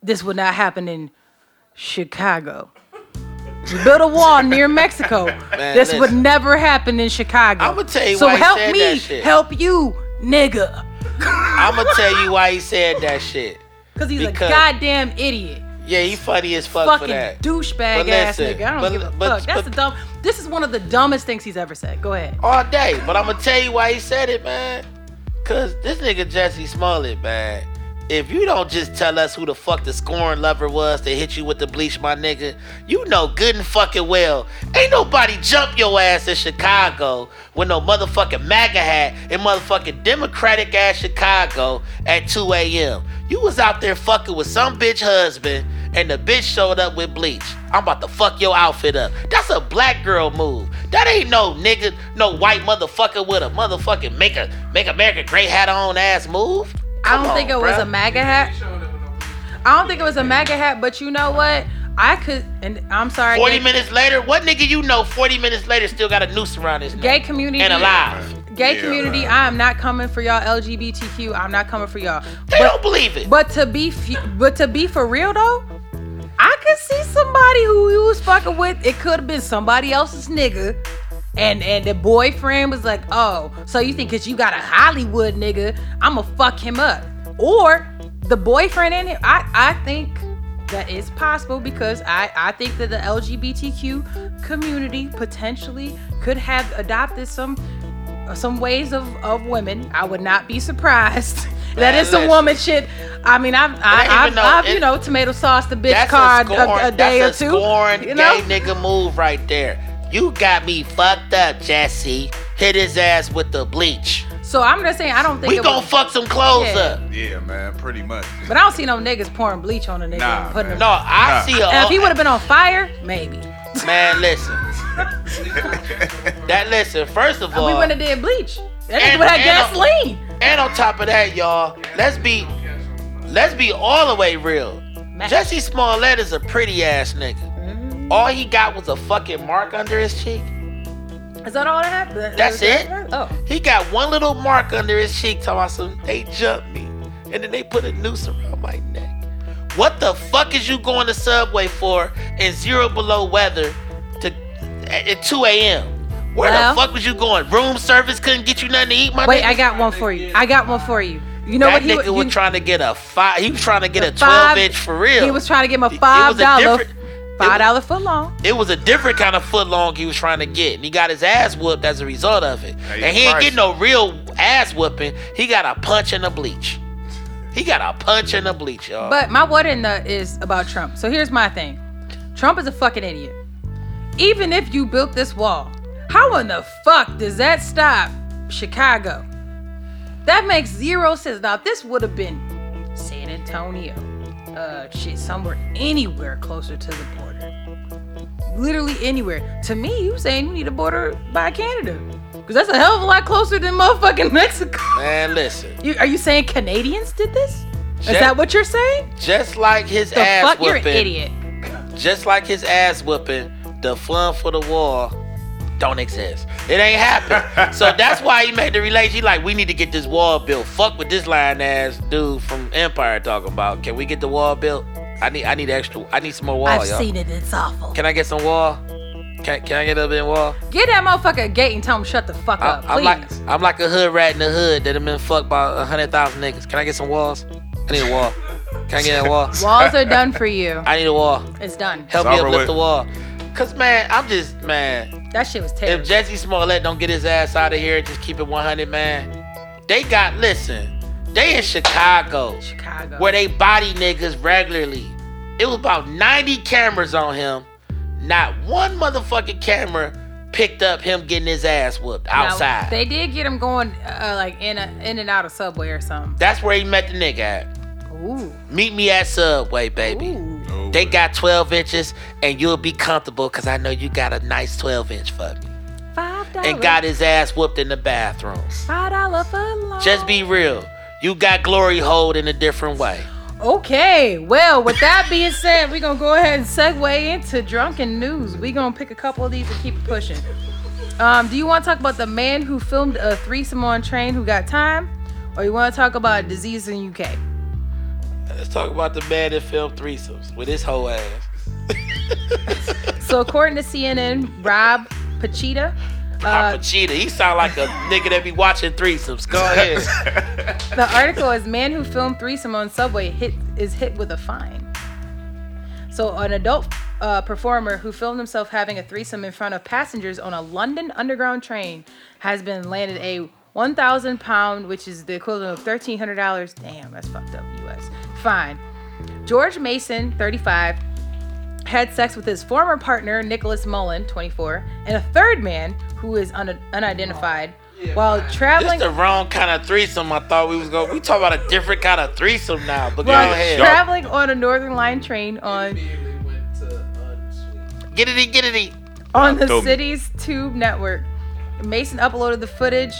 this would not happen in Chicago. We build a wall near Mexico. this would
listen.
never happen in Chicago.
I'ma tell you
so
why he
help
said
me,
that shit.
help you, nigga,
I'm gonna tell you why he said that shit.
because he's
Because-
a goddamn idiot,
Yeah, he funny as fuck for
fucking
that.
douchebag
But
ass
listen,
nigga. I don't
but-
give a
but-
fuck. That's
but-
the dumb. This is one of the dumbest things he's ever said. Go ahead.
All day, but I'm gonna tell you why he said it, man. Cause this nigga Jesse Smollett, man. If you don't just tell us who the fuck the scorn lover was that hit you with the bleach, my nigga, you know good and fucking well. Ain't nobody jump your ass in Chicago with no motherfucking MAGA hat in motherfucking Democratic ass Chicago at 2 a.m. You was out there fucking with some bitch husband and the bitch showed up with bleach. I'm about to fuck your outfit up. That's a black girl move. That ain't no nigga, no white motherfucker with a motherfucking make a make America great hat on ass move.
I don't
Come
think it
on,
was
bruh.
a MAGA hat. I don't think it was a MAGA hat, but you know what? I could, and I'm sorry,
40
gay,
minutes later, what nigga you know 40 minutes later still got a noose around his neck
gay community
and alive?
Gay Gay
Yeah,
community, I am not coming for y'all LGBTQ. I'm not coming for y'all.
They don't believe it.
But to be, f- but to be for real though, I could see somebody who he was fucking with. It could have been somebody else's nigga, and and the boyfriend was like, "Oh, so you think 'cause you got a Hollywood nigga, I'ma fuck him up?" Or the boyfriend and him. I I think that is possible because I I think that the LGBTQ community potentially could have adopted some some ways of, of women. I would not be surprised. that is some
listen.
woman shit. I mean, I've, I,
ain't even
I've,
no-
I've you
it-
know, tomato sauce the bitch
That's
card
a, scorn,
a, a day
that's
or
a
two.
scorn
you know?
gay nigga move right there. You got me fucked up, Jesse. Hit his ass with the bleach.
So I'm just saying, I don't think
We
it
gonna
was,
fuck some clothes
Yeah.
up.
Yeah, man, pretty much.
but I don't see no niggas pouring bleach on a nigga
Nah,
and putting
man.
him.
No, uh, I
Nah.
see a
And if he would have been on fire, maybe.
man. Listen, that listen. First of all,
we wouldn't have did bleach. That nigga
and-
would have
and uh, a-
gasoline.
And on top of that, y'all, let's be let's be all the way real. Jesse Smollett is a pretty ass nigga.
Mm-hmm.
All he got was a fucking mark under his cheek.
Is that all that happened?
That's it.
Oh.
He got one little mark under his cheek talking about some they jumped me. And then they put a noose around my neck. What the fuck is you going to subway for in zero below weather to at, at 2 a.m.? Where
Well-
the fuck was you going? Room service couldn't get you nothing to eat, my
Oh. Wait,
nigga?
I got one for you. I got one for you. You know
that
what he
nigga
you-
was trying to get a five. He was trying to get a
the
twelve
five-
inch for real.
He was trying to get
It-
my
it
five
was a
dollar,
different-
five dollar foot long.
It was a different kind of foot long he was trying to get, and he got his ass whooped as a result of it.
Hey,
and he ain't
Christ.
getting no real ass whooping. He got a punch in the bleach. He got a punch in the bleach, y'all.
But my what in the is about Trump. So here's my thing. Trump is a fucking idiot. Even if you built this wall, how in the fuck does that stop Chicago? That makes zero sense. Now this would have been San Antonio. Uh shit, somewhere anywhere closer to the border. Literally anywhere. To me, you saying you need a border by Canada. Cause that's a hell of a lot closer than motherfucking Mexico.
man, listen,
You, are you saying Canadians did this? Is
Shit.
that what you're saying?
just like his
The
ass
fuck, you're
whooping,
an idiot.
just like his ass whooping, the fun for the wall don't exist. It ain't happened. so that's why he made the relation. He like, we need to get this wall built. Fuck with this lying ass dude from Empire talking about. Can we get the wall built? I need I need extra I need some more wall,
I've
y'all.
seen it. It's awful.
Can I get some wall? Can, can I get a little bit of wall?
Get that motherfucker a gate and tell him shut the fuck
I,
up,
I'm
Uh, please.
like I'm like a hood rat in the hood that have been fucked by a hundred thousand niggas. Can I get some walls? I need a wall. Can I get a wall?
Walls are done for you.
I need a wall.
It's done.
Help
It's
me
over
uplift
with.
the wall. Cause man, I'm just man.
That shit was
If
terrible.
Jesse Smollett don't get his ass out of here and just keep it 100, man, they got, listen, they in Chicago
Chicago.
where they body niggas regularly. It was about 90 cameras on him. Not one motherfucking camera picked up him getting his ass whooped
Now,
outside.
they did get him going uh, like in a, in and out of subway or something.
That's where he met the nigga at.
Ooh.
Meet me at Subway, baby.
Ooh.
They got 12 inches and you'll be comfortable because I know you got a nice 12 inch for me.
Five dollars.
And got his ass whooped in the bathroom.
five dollar for
Just be real. You got glory hold in a different way.
Okay, well, with that being said, we're gonna go ahead and segue into drunken news. We're gonna pick a couple of these and keep it pushing. Um, do you want to talk about the man who filmed a threesome on train who got time, or you want to talk about disease in UK?
Let's talk about the man that filmed threesomes with his whole ass.
So, according to CNN, Rob Pachita,
Uh,
uh,
Pachita, he sound like a nigga that be watching threesomes. Go ahead.
the article is "Man Who Filmed Threesome on Subway Hit Is Hit with a Fine." So, an adult uh, performer who filmed himself having a threesome in front of passengers on a London underground train has been landed a 1,000 pound, which is the equivalent of $1,300. Damn, that's fucked up, US. Fine. George Mason, 35, had sex with his former partner, Nicholas Mullen, 24, and a third man who is un- unidentified while
this
traveling.
the wrong kind of threesome. I thought we was going. to We talking about a different kind of threesome now. But go
While
ahead.
traveling on a Northern Line train on
Immediately went to unsweet.
Get it, get it.
on the
Told me.
city's tube network. Mason uploaded the footage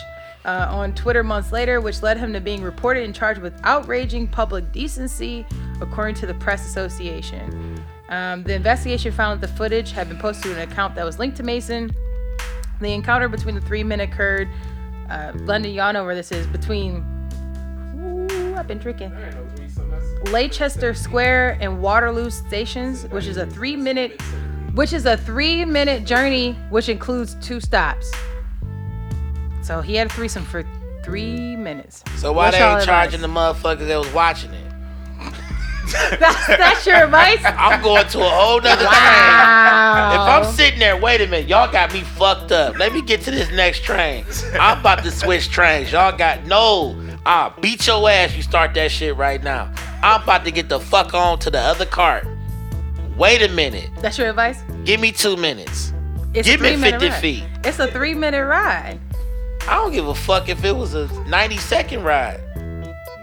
uh, on Twitter months later, which led him to being reported and charged with outraging public decency, according to the Press Association. Um, the investigation found that the footage had been posted to an account that was linked to Mason. The encounter between the three men occurred Uh, London, y'all know where this is between. Ooh, I've been drinking. Leicester Square and Waterloo stations, which is a three minute, which is a three minute journey, which includes two stops. So he had a threesome for three minutes.
So why
What's
they
y'all
ain't charging the
advice?
motherfuckers that was watching it?
That's, that's your advice.
I'm going to a whole nother train. If I'm
Oh.
sitting there, wait a minute, y'all got me fucked up. Let me get to this next train. I'm about to switch trains. Y'all got no. I'll beat your ass. You start that shit right now. I'm about to get the fuck on to the other cart. Wait a minute.
That's your advice.
Give me two minutes.
It's
Give me
three-minute
50
ride.
feet.
It's a three minute ride.
I don't give a fuck if it was a 90 second ride.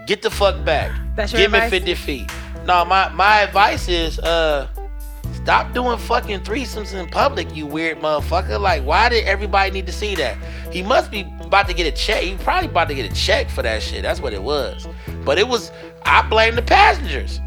Get the fuck back.
That's your
Give
advice?
me 50 feet. No, my, my advice is uh stop doing fucking threesomes in public, you weird motherfucker. Like, why did everybody need to see that? He must be about to get a check. He probably about to get a check for that shit. That's what it was. But it was I blame the passengers.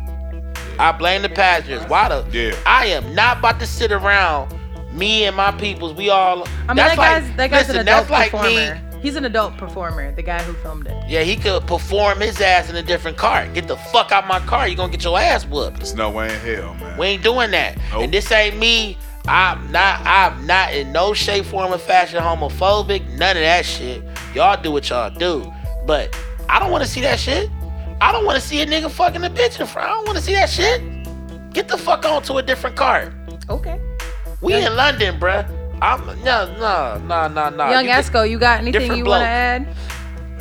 I blame the passengers. Why the
Yeah.
I am not about to sit around me and my peoples. We all
I mean, that
that's
guy's
like,
that guy's
listen,
an adult
that's like me
performer. He's an adult performer. The guy who filmed it.
yeah, he could perform his ass in a different car. Get the fuck out my car. You're gonna get your ass whooped.
There's no way in hell, man.
We ain't doing that.
Nope.
And this ain't me. I'm not I'm not in no shape, form, or fashion homophobic. None of that shit. Y'all do what y'all do. But I don't wanna see that shit. I don't wanna see a nigga fucking a bitch in front. I don't wanna see that shit. Get the fuck on to a different car.
Okay.
We in London, bruh. I'm no no no no no.
Young
You can-
Esco, you got anything
different
you want to
bloke.
add?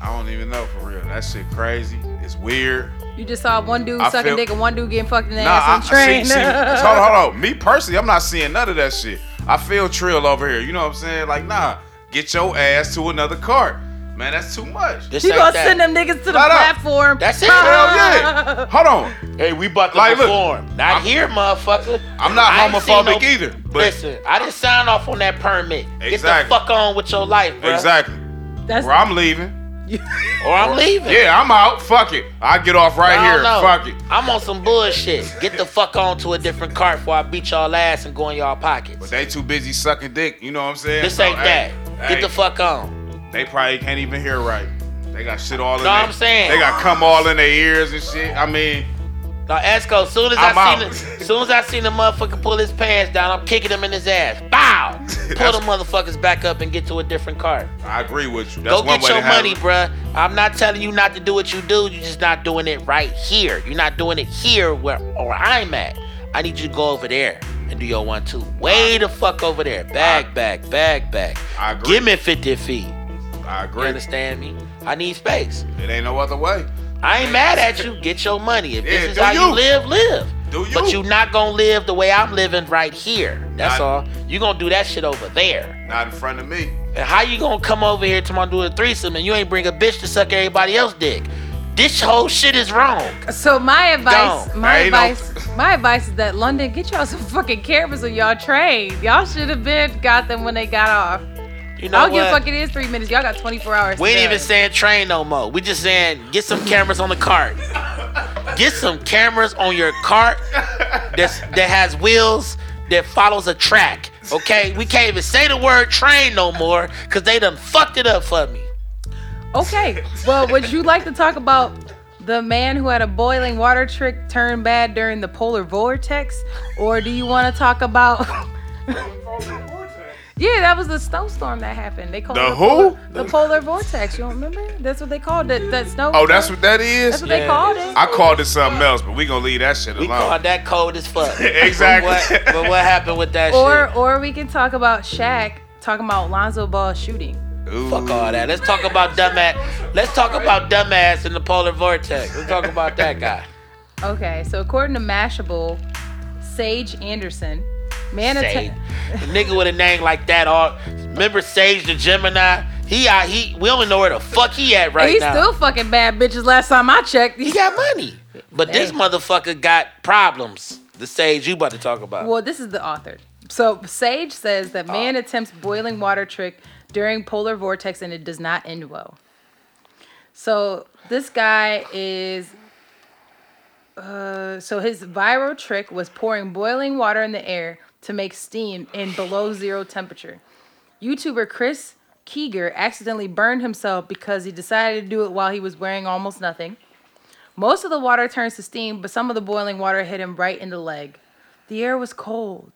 I don't even know for real. That shit crazy. It's weird.
You just saw one dude
I
sucking
feel-
dick and one dude getting fucked in the
Nah, I,
ass on the train.
See, see, hold on, hold on. Me personally, I'm not seeing none of that shit. I feel trill over here. You know what I'm saying? Like, nah, get your ass to another cart, man. That's too much.
This
you
ain't
gonna
that.
send them niggas to the
Light up.
platform?
That's it.
Hell yeah. Hold on.
Hey, we about to
Like, look,
perform. Not
I'm-
here, motherfucker.
I'm not
I ain't
homophobic
seen
either, but-
listen, I didn't sign off on that permit. Get the
Exactly.
fuck on with your life, bro.
Exactly.
That's
Where I'm leaving.
Or I'm leaving.
Yeah, I'm out. Fuck it. I get off right
I
here.
don't know.
Fuck it.
I'm on some bullshit. Get the fuck on to a different cart before I beat y'all ass and go in y'all pockets.
They too busy sucking dick. You know what I'm saying?
This
So,
ain't
hey,
that.
hey,
Get the fuck on.
They probably can't even hear right. They got shit all in.
Know what
their-
I'm saying?
They got cum all in their ears and shit. I mean,
Now, Esco, soon as i
I'm
seen
out.
the, soon as I seen the motherfucker pull his pants down, I'm kicking him in his ass. Bow! Pull the motherfuckers back up and get to a different cart.
I agree with you. That's
Go
one
get
way
your
to have
money,
it.
bruh. I'm not telling you not to do what you do. You're just not doing it right here. You're not doing it here where or I'm at. I need you to go over there and do your one two. Way the fuck over there. Back, back, back, back.
I agree.
Give me 50 feet.
I
You
agree.
understand me? I need space.
It ain't no other way.
I ain't mad at you. Get your money. If
Yeah,
this is
do
how you
you.
live, live.
Do you.
But you not gonna live the way I'm living right here. That's
Not-
all. you gonna do that shit over there.
Not in front of me.
And how you gonna come over here tomorrow doing a threesome and you ain't bring a bitch to suck everybody else dick? This whole shit is wrong.
So my advice,
Don't.
my
Ain't no-
advice, my advice is that London, get y'all some fucking cameras on y'all train. Y'all should have been got them when they got off.
You know
I don't give a
what?
fuck. It is three minutes. Y'all got 24 hours.
we ain't
to
even
go.
saying train no more. We just saying get some cameras on the cart. Get some cameras on your cart that's, that has wheels that follows a track. Okay, we can't even say the word train no more because they done fucked it up for me.
Okay. Well, would you like to talk about the man who had a boiling water trick turn bad during the polar vortex, or do you want to talk about? Yeah, that was the snowstorm that happened. They called
The
it a
who?
polar- the polar vortex. You don't remember? That's what they called it. That snow.
Oh, that's what that
That's
is.
what
Yeah.
they called it.
I called it something else, but we gonna leave that shit
We call
alone.
that cold as fuck.
Exactly.
But what, but what happened with that
Or
shit?
or we can talk about Shaq talking about Lonzo Ball shooting.
Ooh.
Fuck all that. Let's talk about dumbass. Let's talk about dumbass in the polar vortex. Let's talk about that guy.
Okay, so according to Mashable, Sage Anderson, man
Sage.
atta-
A nigga with a name like that. All remember Sage the Gemini. He out. He we don't know where the fuck he at right
he's
now.
still fucking bad bitches. Last time I checked,
he got money, but this motherfucker got problems. The Sage you about to talk about.
Well, this is the author. So Sage says that man attempts boiling water trick during polar vortex and it does not end well. So this guy is. Uh, so his viral trick was pouring boiling water in the air to make steam in below zero temperature. YouTuber Chris Keeger accidentally burned himself because he decided to do it while he was wearing almost nothing. Most of the water turns to steam, but some of the boiling water hit him right in the leg. The air was cold.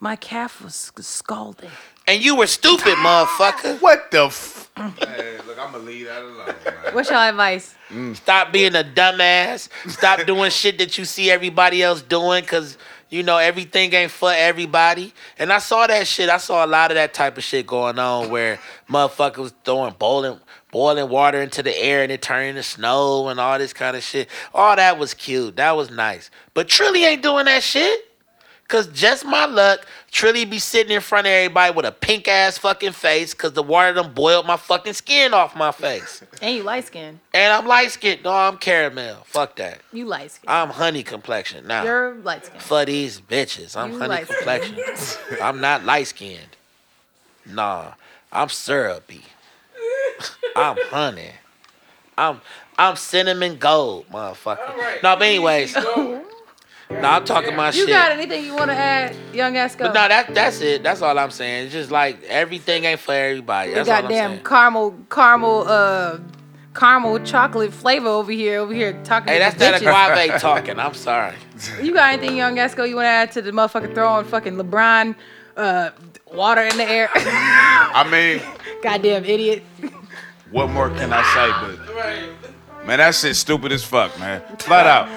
My calf was sc- scalding.
And you were stupid, motherfucker.
What the f?
Hey, look, I'm gonna leave that alone, man.
What's your advice?
Stop being a dumbass. Stop doing shit that you see everybody else doing because, you know, everything ain't for everybody. And I saw that shit. I saw a lot of that type of shit going on where motherfuckers was throwing boiling, boiling water into the air and it turning to snow and all this kind of shit. All that was cute. That was nice. But Trilly ain't doing that shit. Cause just my luck, Trilly be sitting in front of everybody with a pink ass fucking face cause the water done boiled my fucking skin off my face.
And you light skin.
And I'm light skinned. No, I'm caramel. Fuck that.
You light skin.
I'm honey complexion now.
You're light skin.
For these bitches. I'm
You
honey
light
complexion. I'm not light skinned. Nah. I'm syrupy. I'm honey. I'm I'm cinnamon gold, motherfucker.
Alright,
No, but
we need to
anyways,
keep going.
no, I'm talking my
You
shit.
got anything you want to add, young Esco?
But no, that that's it. That's all I'm saying. It's just like everything ain't for everybody.
the
That's all I'm
goddamn
saying.
caramel, caramel, uh, caramel chocolate flavor over here, over here talking.
Hey,
to
that's
the
that uh,
bitches.
agave talking. I'm sorry.
You got anything, young Esco? You want to add to the motherfucker throwing fucking LeBron, uh, water in the air?
I mean,
goddamn idiot.
what more can I say?
Right.
But man, that shit stupid as fuck, man. Flat out.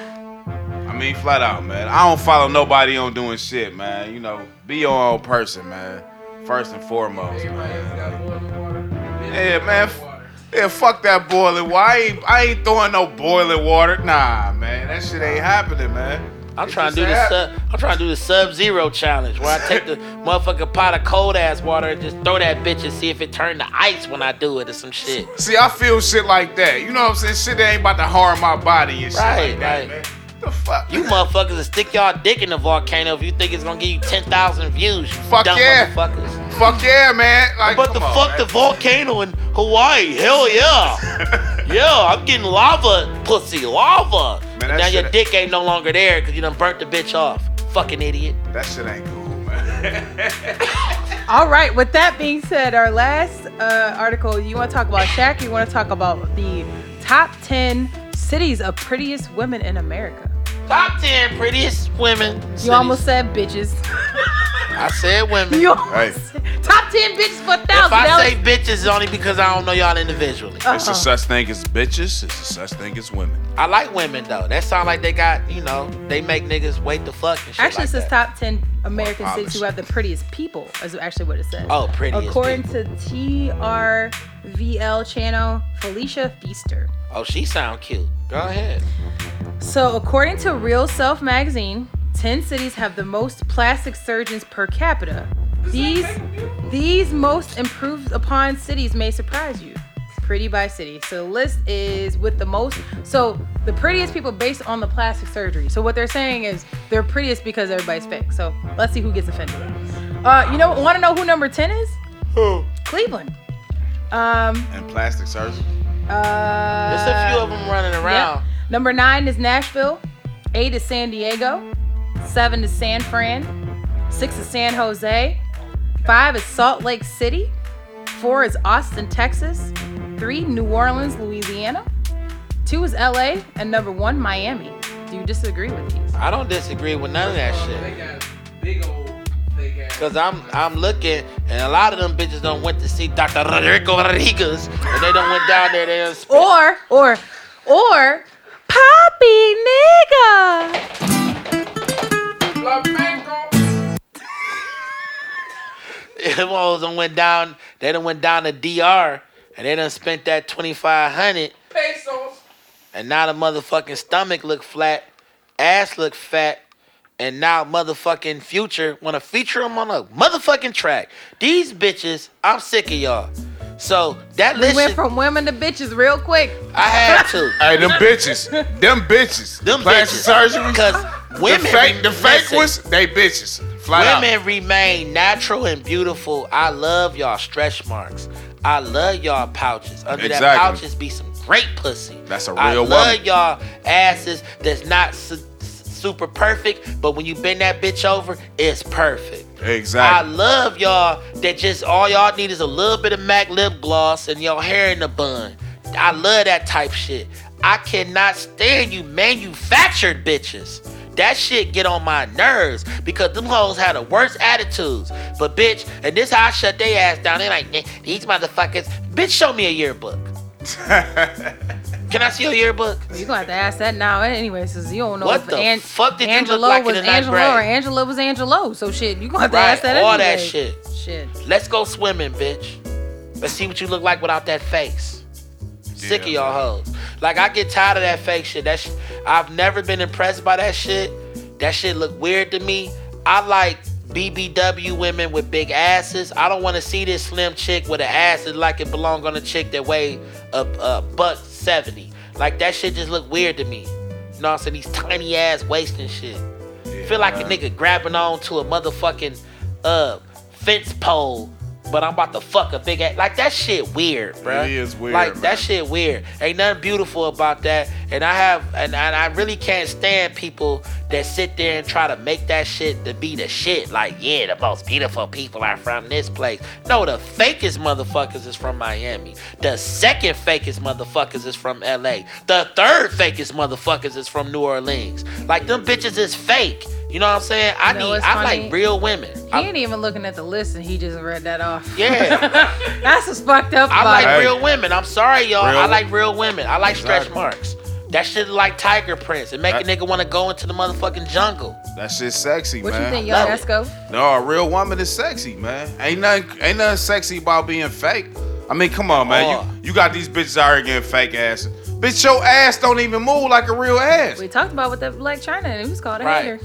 I mean, flat out, man. I don't follow nobody on doing shit, man. You know, be your own person, man. First and foremost, man.
Everybody else got boiling water.
Yeah, man. f-
Water.
Yeah, fuck that boiling water. I ain't, I ain't throwing no boiling water. Nah, man, that shit ain't happening, man.
I'm
It
trying to do
just
the
ain't
sub. I'm trying to do the sub zero challenge where I take the motherfucking pot of cold ass water and just throw that bitch and see if it turned to ice when I do it or some shit.
See, I feel shit like that. You know what I'm saying? Shit that ain't about to harm my body and shit
Right,
like that,
right.
man. The fuck?
You motherfuckers will stick y'all dick in the volcano if you think it's gonna give you ten thousand views. You
Fuck
dumb
yeah.
motherfuckers.
fuck yeah, man. Like,
But the
come on,
fuck
man.
the volcano in Hawaii? Hell yeah. yeah, I'm getting lava, pussy, lava.
Man, that
now your
shit-
dick ain't no longer there because you done burnt the bitch off. Fucking idiot.
That shit ain't cool, man.
All right. With that being said, our last uh, article. You want to talk about Shaq? You want to talk about the top ten cities of prettiest women in America?
Top 10 prettiest women. cities.
You almost said bitches.
I said women.
You
Hey.
top ten bitches for a thousand.
if
That
I
was-
say bitches, it's only because I don't know y'all individually.
Uh.
it's a such thing as bitches. It's a such thing as women.
I like women though. That sound like they got, you know, they make niggas wait the fuck and shit.
Uh-huh. Actually,
like
it says
that.
top 10 American
More
cities who have the prettiest people, is actually what it says.
Oh, prettiest
According to TRVL channel, Felicia Feaster.
Oh, she sound cute. Go ahead.
So, according to Real Self magazine, 10 cities have the most plastic surgeons per capita. These these most improved upon cities may surprise you. Pretty by city. So the list is with the most so the prettiest people based on the plastic surgery. So what they're saying is they're prettiest because everybody's fake. So let's see who gets offended. Uh, you know, want to know who number 10 is? Cleveland. Um,
And plastic surgery.
uh,
There's a few of them running around.
Yep. Number nine is Nashville. Eight is San Diego. Seven is San Fran. Six is San Jose. Five is Salt Lake City. Four is Austin, Texas. Three, New Orleans, Louisiana. Two is LA. And number one, Miami. Do you disagree with these?
I don't disagree with none of that
Um,
shit.
They got big old. They got.
Cause I'm I'm looking, and a lot of them bitches done went to see Dr. Rodrigo Rodriguez, and they done went down there. They done spit.
Or, or, or, Poppy nigga.
Flamenco.
Them hoes done went down. They done went down to DR, and they done spent that twenty five hundred,
Pesos.
and now the motherfucking stomach look flat, ass look fat, and now motherfucking future want to feature them on a motherfucking track. These bitches, I'm sick of y'all. So that
We
list,
went
should-
from women to bitches real quick.
I had to.
Hey, them bitches. Them bitches.
Them
plastic
bitches,
surgery.
because women,
the fake, the fake
listen,
ones, they bitches. Flat
Women remain natural and beautiful. I love y'all stretch marks. I love y'all pouches. Under that
Exactly.
pouches be some great pussy.
That's a
I
real
love
woman.
y'all asses that's not su- su- super perfect, but when you bend that bitch over, it's perfect. I
Exactly.
love y'all that just all y'all need is a little bit of MAC lip gloss and your hair in a bun. I love that type shit. I cannot stand you manufactured bitches. That shit get on my nerves because them hoes had the worst attitudes. But bitch, and this how I shut they ass down. They like, "Nah, these motherfuckers. Bitch, show me a yearbook. Can I see your yearbook?
You're gonna have to ask that now anyway, since you don't know
What
if
the
An-
fuck did you look
Angelo
like in
was
the ninth
Angelo
grade?
or Angela was Angelo. So shit, you gonna have to
Right,
ask that
all
anyway.
that shit.
Shit.
Let's go swimming, bitch. Let's see what you look like without that face. Sick of y'all hoes. Like I get tired of that fake shit. That sh- I've never been impressed by that shit. That shit look weird to me. I like BBW women with big asses. I don't want to see this slim chick with an ass that like it belong on a chick that weigh a, a buck seventy. Like that shit just look weird to me. You know what I'm saying? These tiny ass wasting shit. Feel like a nigga grabbing on to a motherfucking uh fence pole, but I'm about to fuck a big ass. Like that shit weird, bruh.
It is weird,
Like
man.
that shit weird. Ain't nothing beautiful about that. And I have and, and I really can't stand people that sit there and try to make that shit to be the shit. Like, yeah, the most beautiful people are from this place. No, the fakest motherfuckers is from Miami. The second fakest motherfuckers is from LA. The third fakest motherfuckers is from New Orleans. Like them bitches is fake. You know what I'm saying? I
You know
need
what's
I
funny?
like real women.
He
I-
ain't even looking at the list and he just read that off.
yeah.
That's what's fucked up
I
about
like
it.
Hey.
real women. I'm sorry, y'all.
Real-
I like real women. I like stretch
Exactly.
marks. That shit like tiger prints. It make a
That-
nigga want to go into the motherfucking jungle.
That shit's sexy,
What
man.
you think,
Love
y'all?
it.
Let's go.
No, a real woman is sexy, man. Ain't nothing, ain't nothing sexy about being fake. I mean, come on, man.
Oh.
You, you got these bitches out here getting fake asses. Bitch, your ass don't even move like a real ass.
We talked about with that Black China and it was called a
Right.
hater.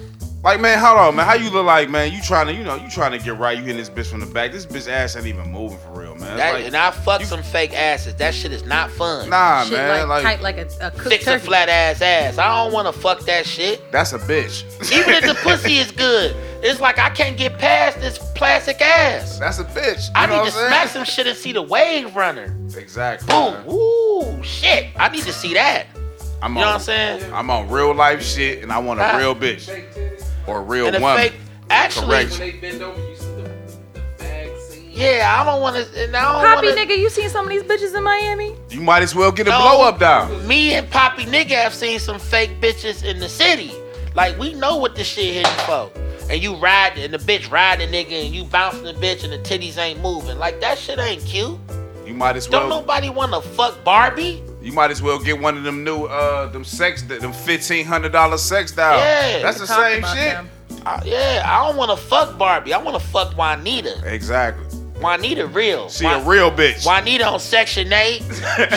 Like, man, hold on, man. How you look like, man? You trying to, you know, you trying to get right. You hitting this bitch from the back. This bitch ass ain't even moving for real, man. It's
That-
like-
and I fuck
you-
some fake asses. That shit is not fun.
nah,
shit
man.
like,
Like,
tight like a, a cooked
Fix a
turkey.
flat ass ass. I don't want to fuck that shit.
that's a bitch.
Even if the pussy is good, it's like I can't get past this plastic ass.
that's a bitch. You
I
know
need to
what I'm saying?
smack some shit and see the wave runner.
Exactly.
Boom.
man.
Woo. Shit. I need to see that.
I'm
You know
on,
what I'm saying?
I'm on real life shit, and I want
Ah.
a real bitch
Fake titties.
or a real
and a
woman.
fake. Actually,
Correct.
When they bend over, you see the, the bag scene.
yeah, I don't want to. And I don't
Poppy
wanna,
nigga, you seen some of these bitches in Miami?
You might as well get a
No.
blow up down.
me and Poppy nigga have seen some fake bitches in the city. Like we know what this shit hitting for. And you riding and the bitch riding nigga and you bouncing the bitch and the titties ain't moving. Like that shit ain't cute.
You might as
Don't
well.
nobody wanna fuck Barbie.
You might as well get one of them new, uh, them sex, them fifteen hundred dollar sex dolls.
Yeah.
that's the
Talked
same
about
shit.
them.
I- yeah, I don't wanna fuck Barbie. I wanna fuck Juanita.
Exactly.
Juanita real.
She
Juan-
a real bitch.
Juanita on Section 8.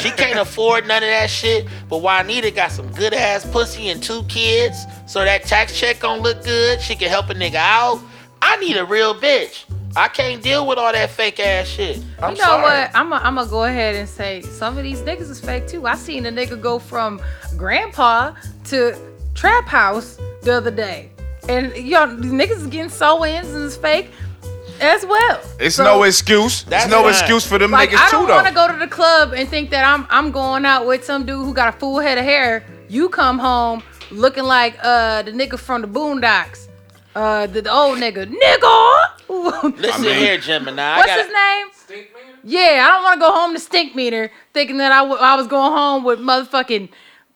She can't afford none of that shit. But Juanita got some good ass pussy and two kids. So that tax check gonna look good. She can help a nigga out. I need a real bitch. I can't deal with all that fake ass shit. I'm
you know
sorry.
what? I'm gonna I'm go ahead and say some of these niggas is fake too. I seen a nigga go from grandpa to trap house the other day, and y'all these niggas is getting so ins and it's fake as well.
It's
So,
no excuse. It's
That's
no
fine.
excuse for them
Like
niggas
I don't
too though.
want to go to the club and think that I'm I'm going out with some dude who got a full head of hair. You come home looking like uh the nigga from the Boondocks, uh the, the old nigga, nigga.
Listen
mean-
here, Gemini. I
What's
gotta-
his name?
Stink man?
Yeah, I don't want to go home to stink meter thinking that I, w- I was going home with motherfucking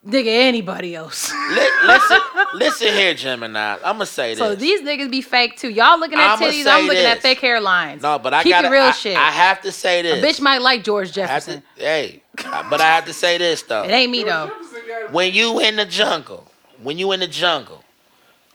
nigga anybody else.
Li- listen, listen here, Gemini. I'm gonna say this.
so these niggas be fake too. Y'all looking at
I'ma
titties, I'm
say
looking at
this.
fake hairlines.
no, but I
keep
gotta
it real
I,
shit.
I have to say
A
this.
bitch might like George
I have to,
Jefferson.
hey, but I have to say this though.
It ain't me though.
Jefferson got
when you in the jungle, when you in the jungle,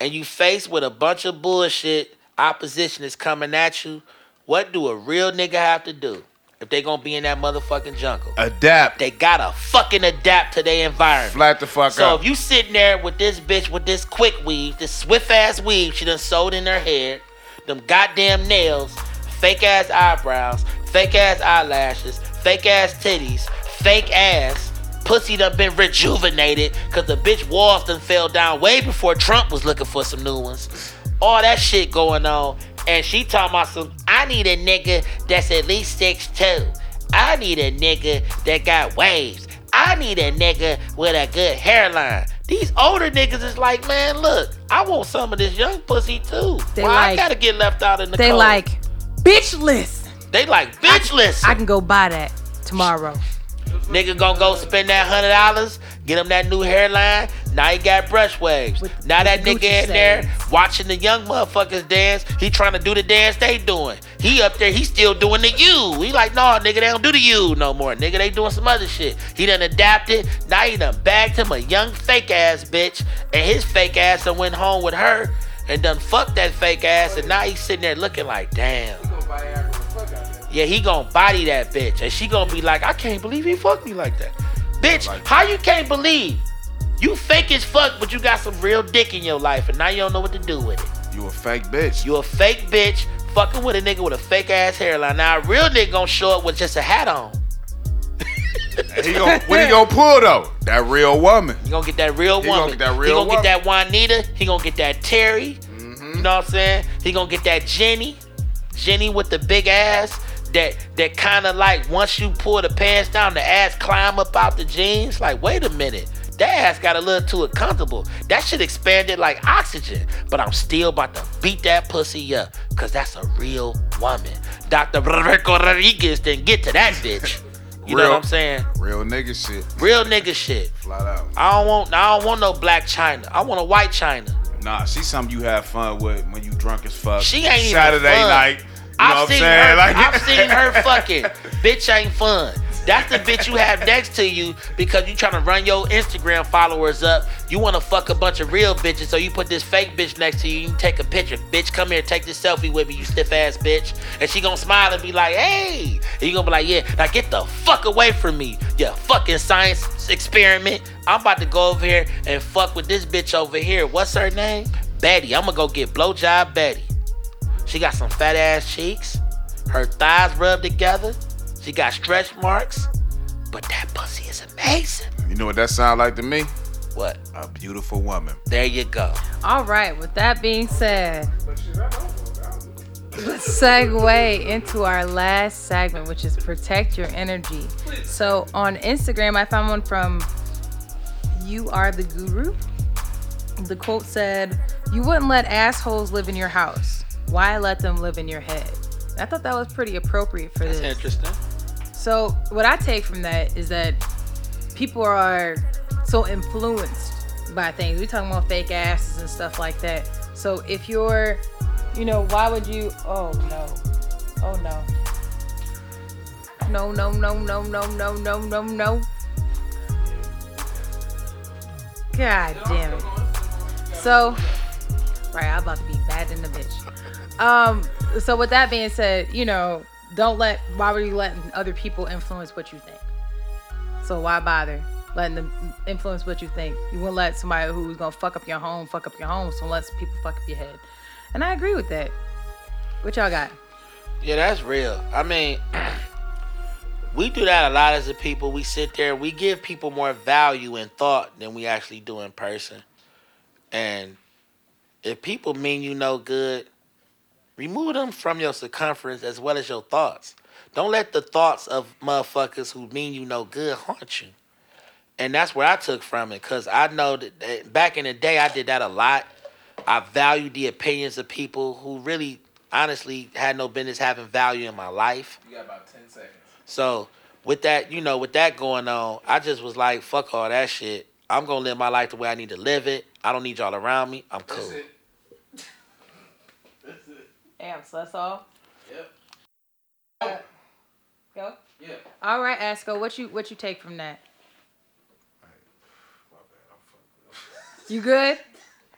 and you faced with a bunch of bullshit, opposition is coming at you. What do a real nigga have to do if they gonna be in that motherfucking jungle?
Adapt.
They gotta fucking adapt to their environment.
Flat the fuck
So
up.
if you sitting there with this bitch with this quick weave, this swift ass weave she done sewed in her head, them goddamn nails, fake ass eyebrows, fake ass eyelashes, fake ass titties, fake ass, pussy done been rejuvenated cause the bitch walls done fell down way before Trump was looking for some new ones. All that shit going on. And she talking about some, I need a nigga that's at least six two. I need a nigga that got waves. I need a nigga with a good hairline. These older niggas is like, man, look, I want some of this young pussy too.
They
Why I
like-
gotta get left out in the
They
cold?
like, bitch list.
they like, bitch, listen,
I can go buy that tomorrow.
nigga gonna go spend that hundred dollars, get him that new hairline. Now he got brush waves.
With-
now that
with the
nigga
Gucci
in there
shades.
watching the young motherfuckers dance. He trying to do the dance they doing. He up there, he still doing the you. He like, nah, nigga, they don't do the you no more. Nigga, they doing some other shit. He done adapted. Now he done bagged him a young fake ass bitch, and his fake ass done went home with her and done fucked that fake ass, and now he's sitting there looking like, damn. Yeah, he gonna body that bitch, and she gonna be like, I can't believe he fucked me like that. Bitch, how you can't believe? You fake as fuck, but you got some real dick in your life, and now you don't know what to do with it.
You a fake bitch.
You a fake bitch fucking with a nigga with a fake ass hairline. Now a real nigga gonna show up with just a hat on.
He gonna, what he gonna pull though? That real woman.
You gonna get that real
He
woman.
gonna get that
he
real
gonna
woman. Mm-hmm.
get that Juanita. He gonna get that Terry. You know what I'm saying? He gonna get that Jenny. Jenny with the big ass. That that kind of like once you pull the pants down, the ass climb up out the jeans. Like wait a minute. That ass got a little too uncomfortable. That shit expanded like oxygen. But I'm still about to beat that pussy up. Cause that's a real woman. Dr. Rico Rodriguez then get to that bitch. You know
Real.
what I'm saying?
Real nigga shit.
Real nigga shit.
Flat out.
I don't want I don't want no black China. I want a white China.
Nah, she's something you have fun with when you drunk as fuck.
She ain't even
Saturday
fun.
night. You know
I've
what I'm
seen
saying?
her
Like-
I've seen her fucking. Bitch ain't fun. That's the bitch you have next to you because you trying to run your Instagram followers up. You want to fuck a bunch of real bitches, so you put this fake bitch next to you. You take a picture. Bitch, come here, take this selfie with me, you stiff ass bitch. And she gonna smile and be like, hey. And you gonna be like, yeah, now get the fuck away from me, you fucking science experiment. I'm about to go over here and fuck with this bitch over here. What's her name? Betty. I'm gonna go get blowjob Betty. She got some fat ass cheeks. Her thighs rubbed together. She got stretch marks. But that pussy is amazing.
you know what that sound like to me?
What?
A beautiful woman.
There you go.
All right, with that being said, let's segue into our last segment, which is protect your energy. So on Instagram, I found one from You Are the Guru. The quote said, You wouldn't let assholes live in your house. Why let them live in your head? I thought that was pretty appropriate for this.
Interesting.
So what I take from that is that people are so influenced by things. We talking about fake asses and stuff like that. So if you're, you know, why would you? Oh no, oh no, no no no no no no no no no. God damn it. So, right, I'm about to be bad in the bitch. Um, so with that being said, you know, don't let why were you letting other people influence what you think? So why bother letting them influence what you think? You wouldn't let somebody who's gonna fuck up your home fuck up your home, so let people fuck up your head. And I agree with that. What y'all got?
Yeah, that's real. I mean, we do that a lot as a people. We sit there, we give people more value and thought than we actually do in person. And if people mean you no good, remove them from your circumference as well as your thoughts. Don't let the thoughts of motherfuckers who mean you no good haunt you. And that's where I took from it, cause I know that- that back in the day I did that a lot. I valued the opinions of people who really, honestly, had no business having value in my life.
You got about 10 seconds.
So with that, you know, with that going on, I just was like, fuck all that shit. I'm gonna live my life the way I need to live it. I don't need y'all around me. I'm cool.
That's it.
Damn, so that's all.
Yep.
Go.
Yeah.
All right, Asco, what you what you take from that? You good?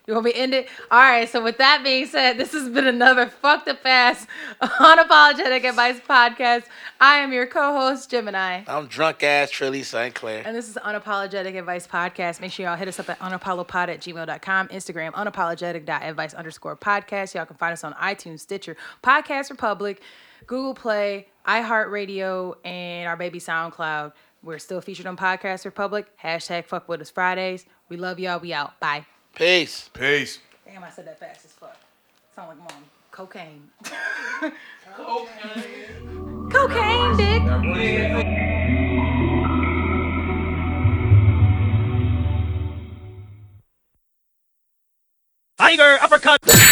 You want me to end it? All right. So with that being said, this has been another fuck the past unapologetic advice podcast. I am your co-host Gemini,
I'm drunk ass Trilly St. Clair.
and this is unapologetic advice podcast. Make sure y'all hit us up at unapolopod at gmail.com, Instagram unapologetic.advice underscore podcast. Y'all can find us on iTunes, Stitcher, Podcast Republic, Google Play, iHeartRadio, and our baby SoundCloud. We're still featured on Podcast Republic. Hashtag fuck with us Fridays. We love y'all. We out. Bye.
Peace.
Peace.
Damn, I said that fast as fuck. Sound like mom. Cocaine. Cocaine. Cocaine, dick.
Tiger uppercut.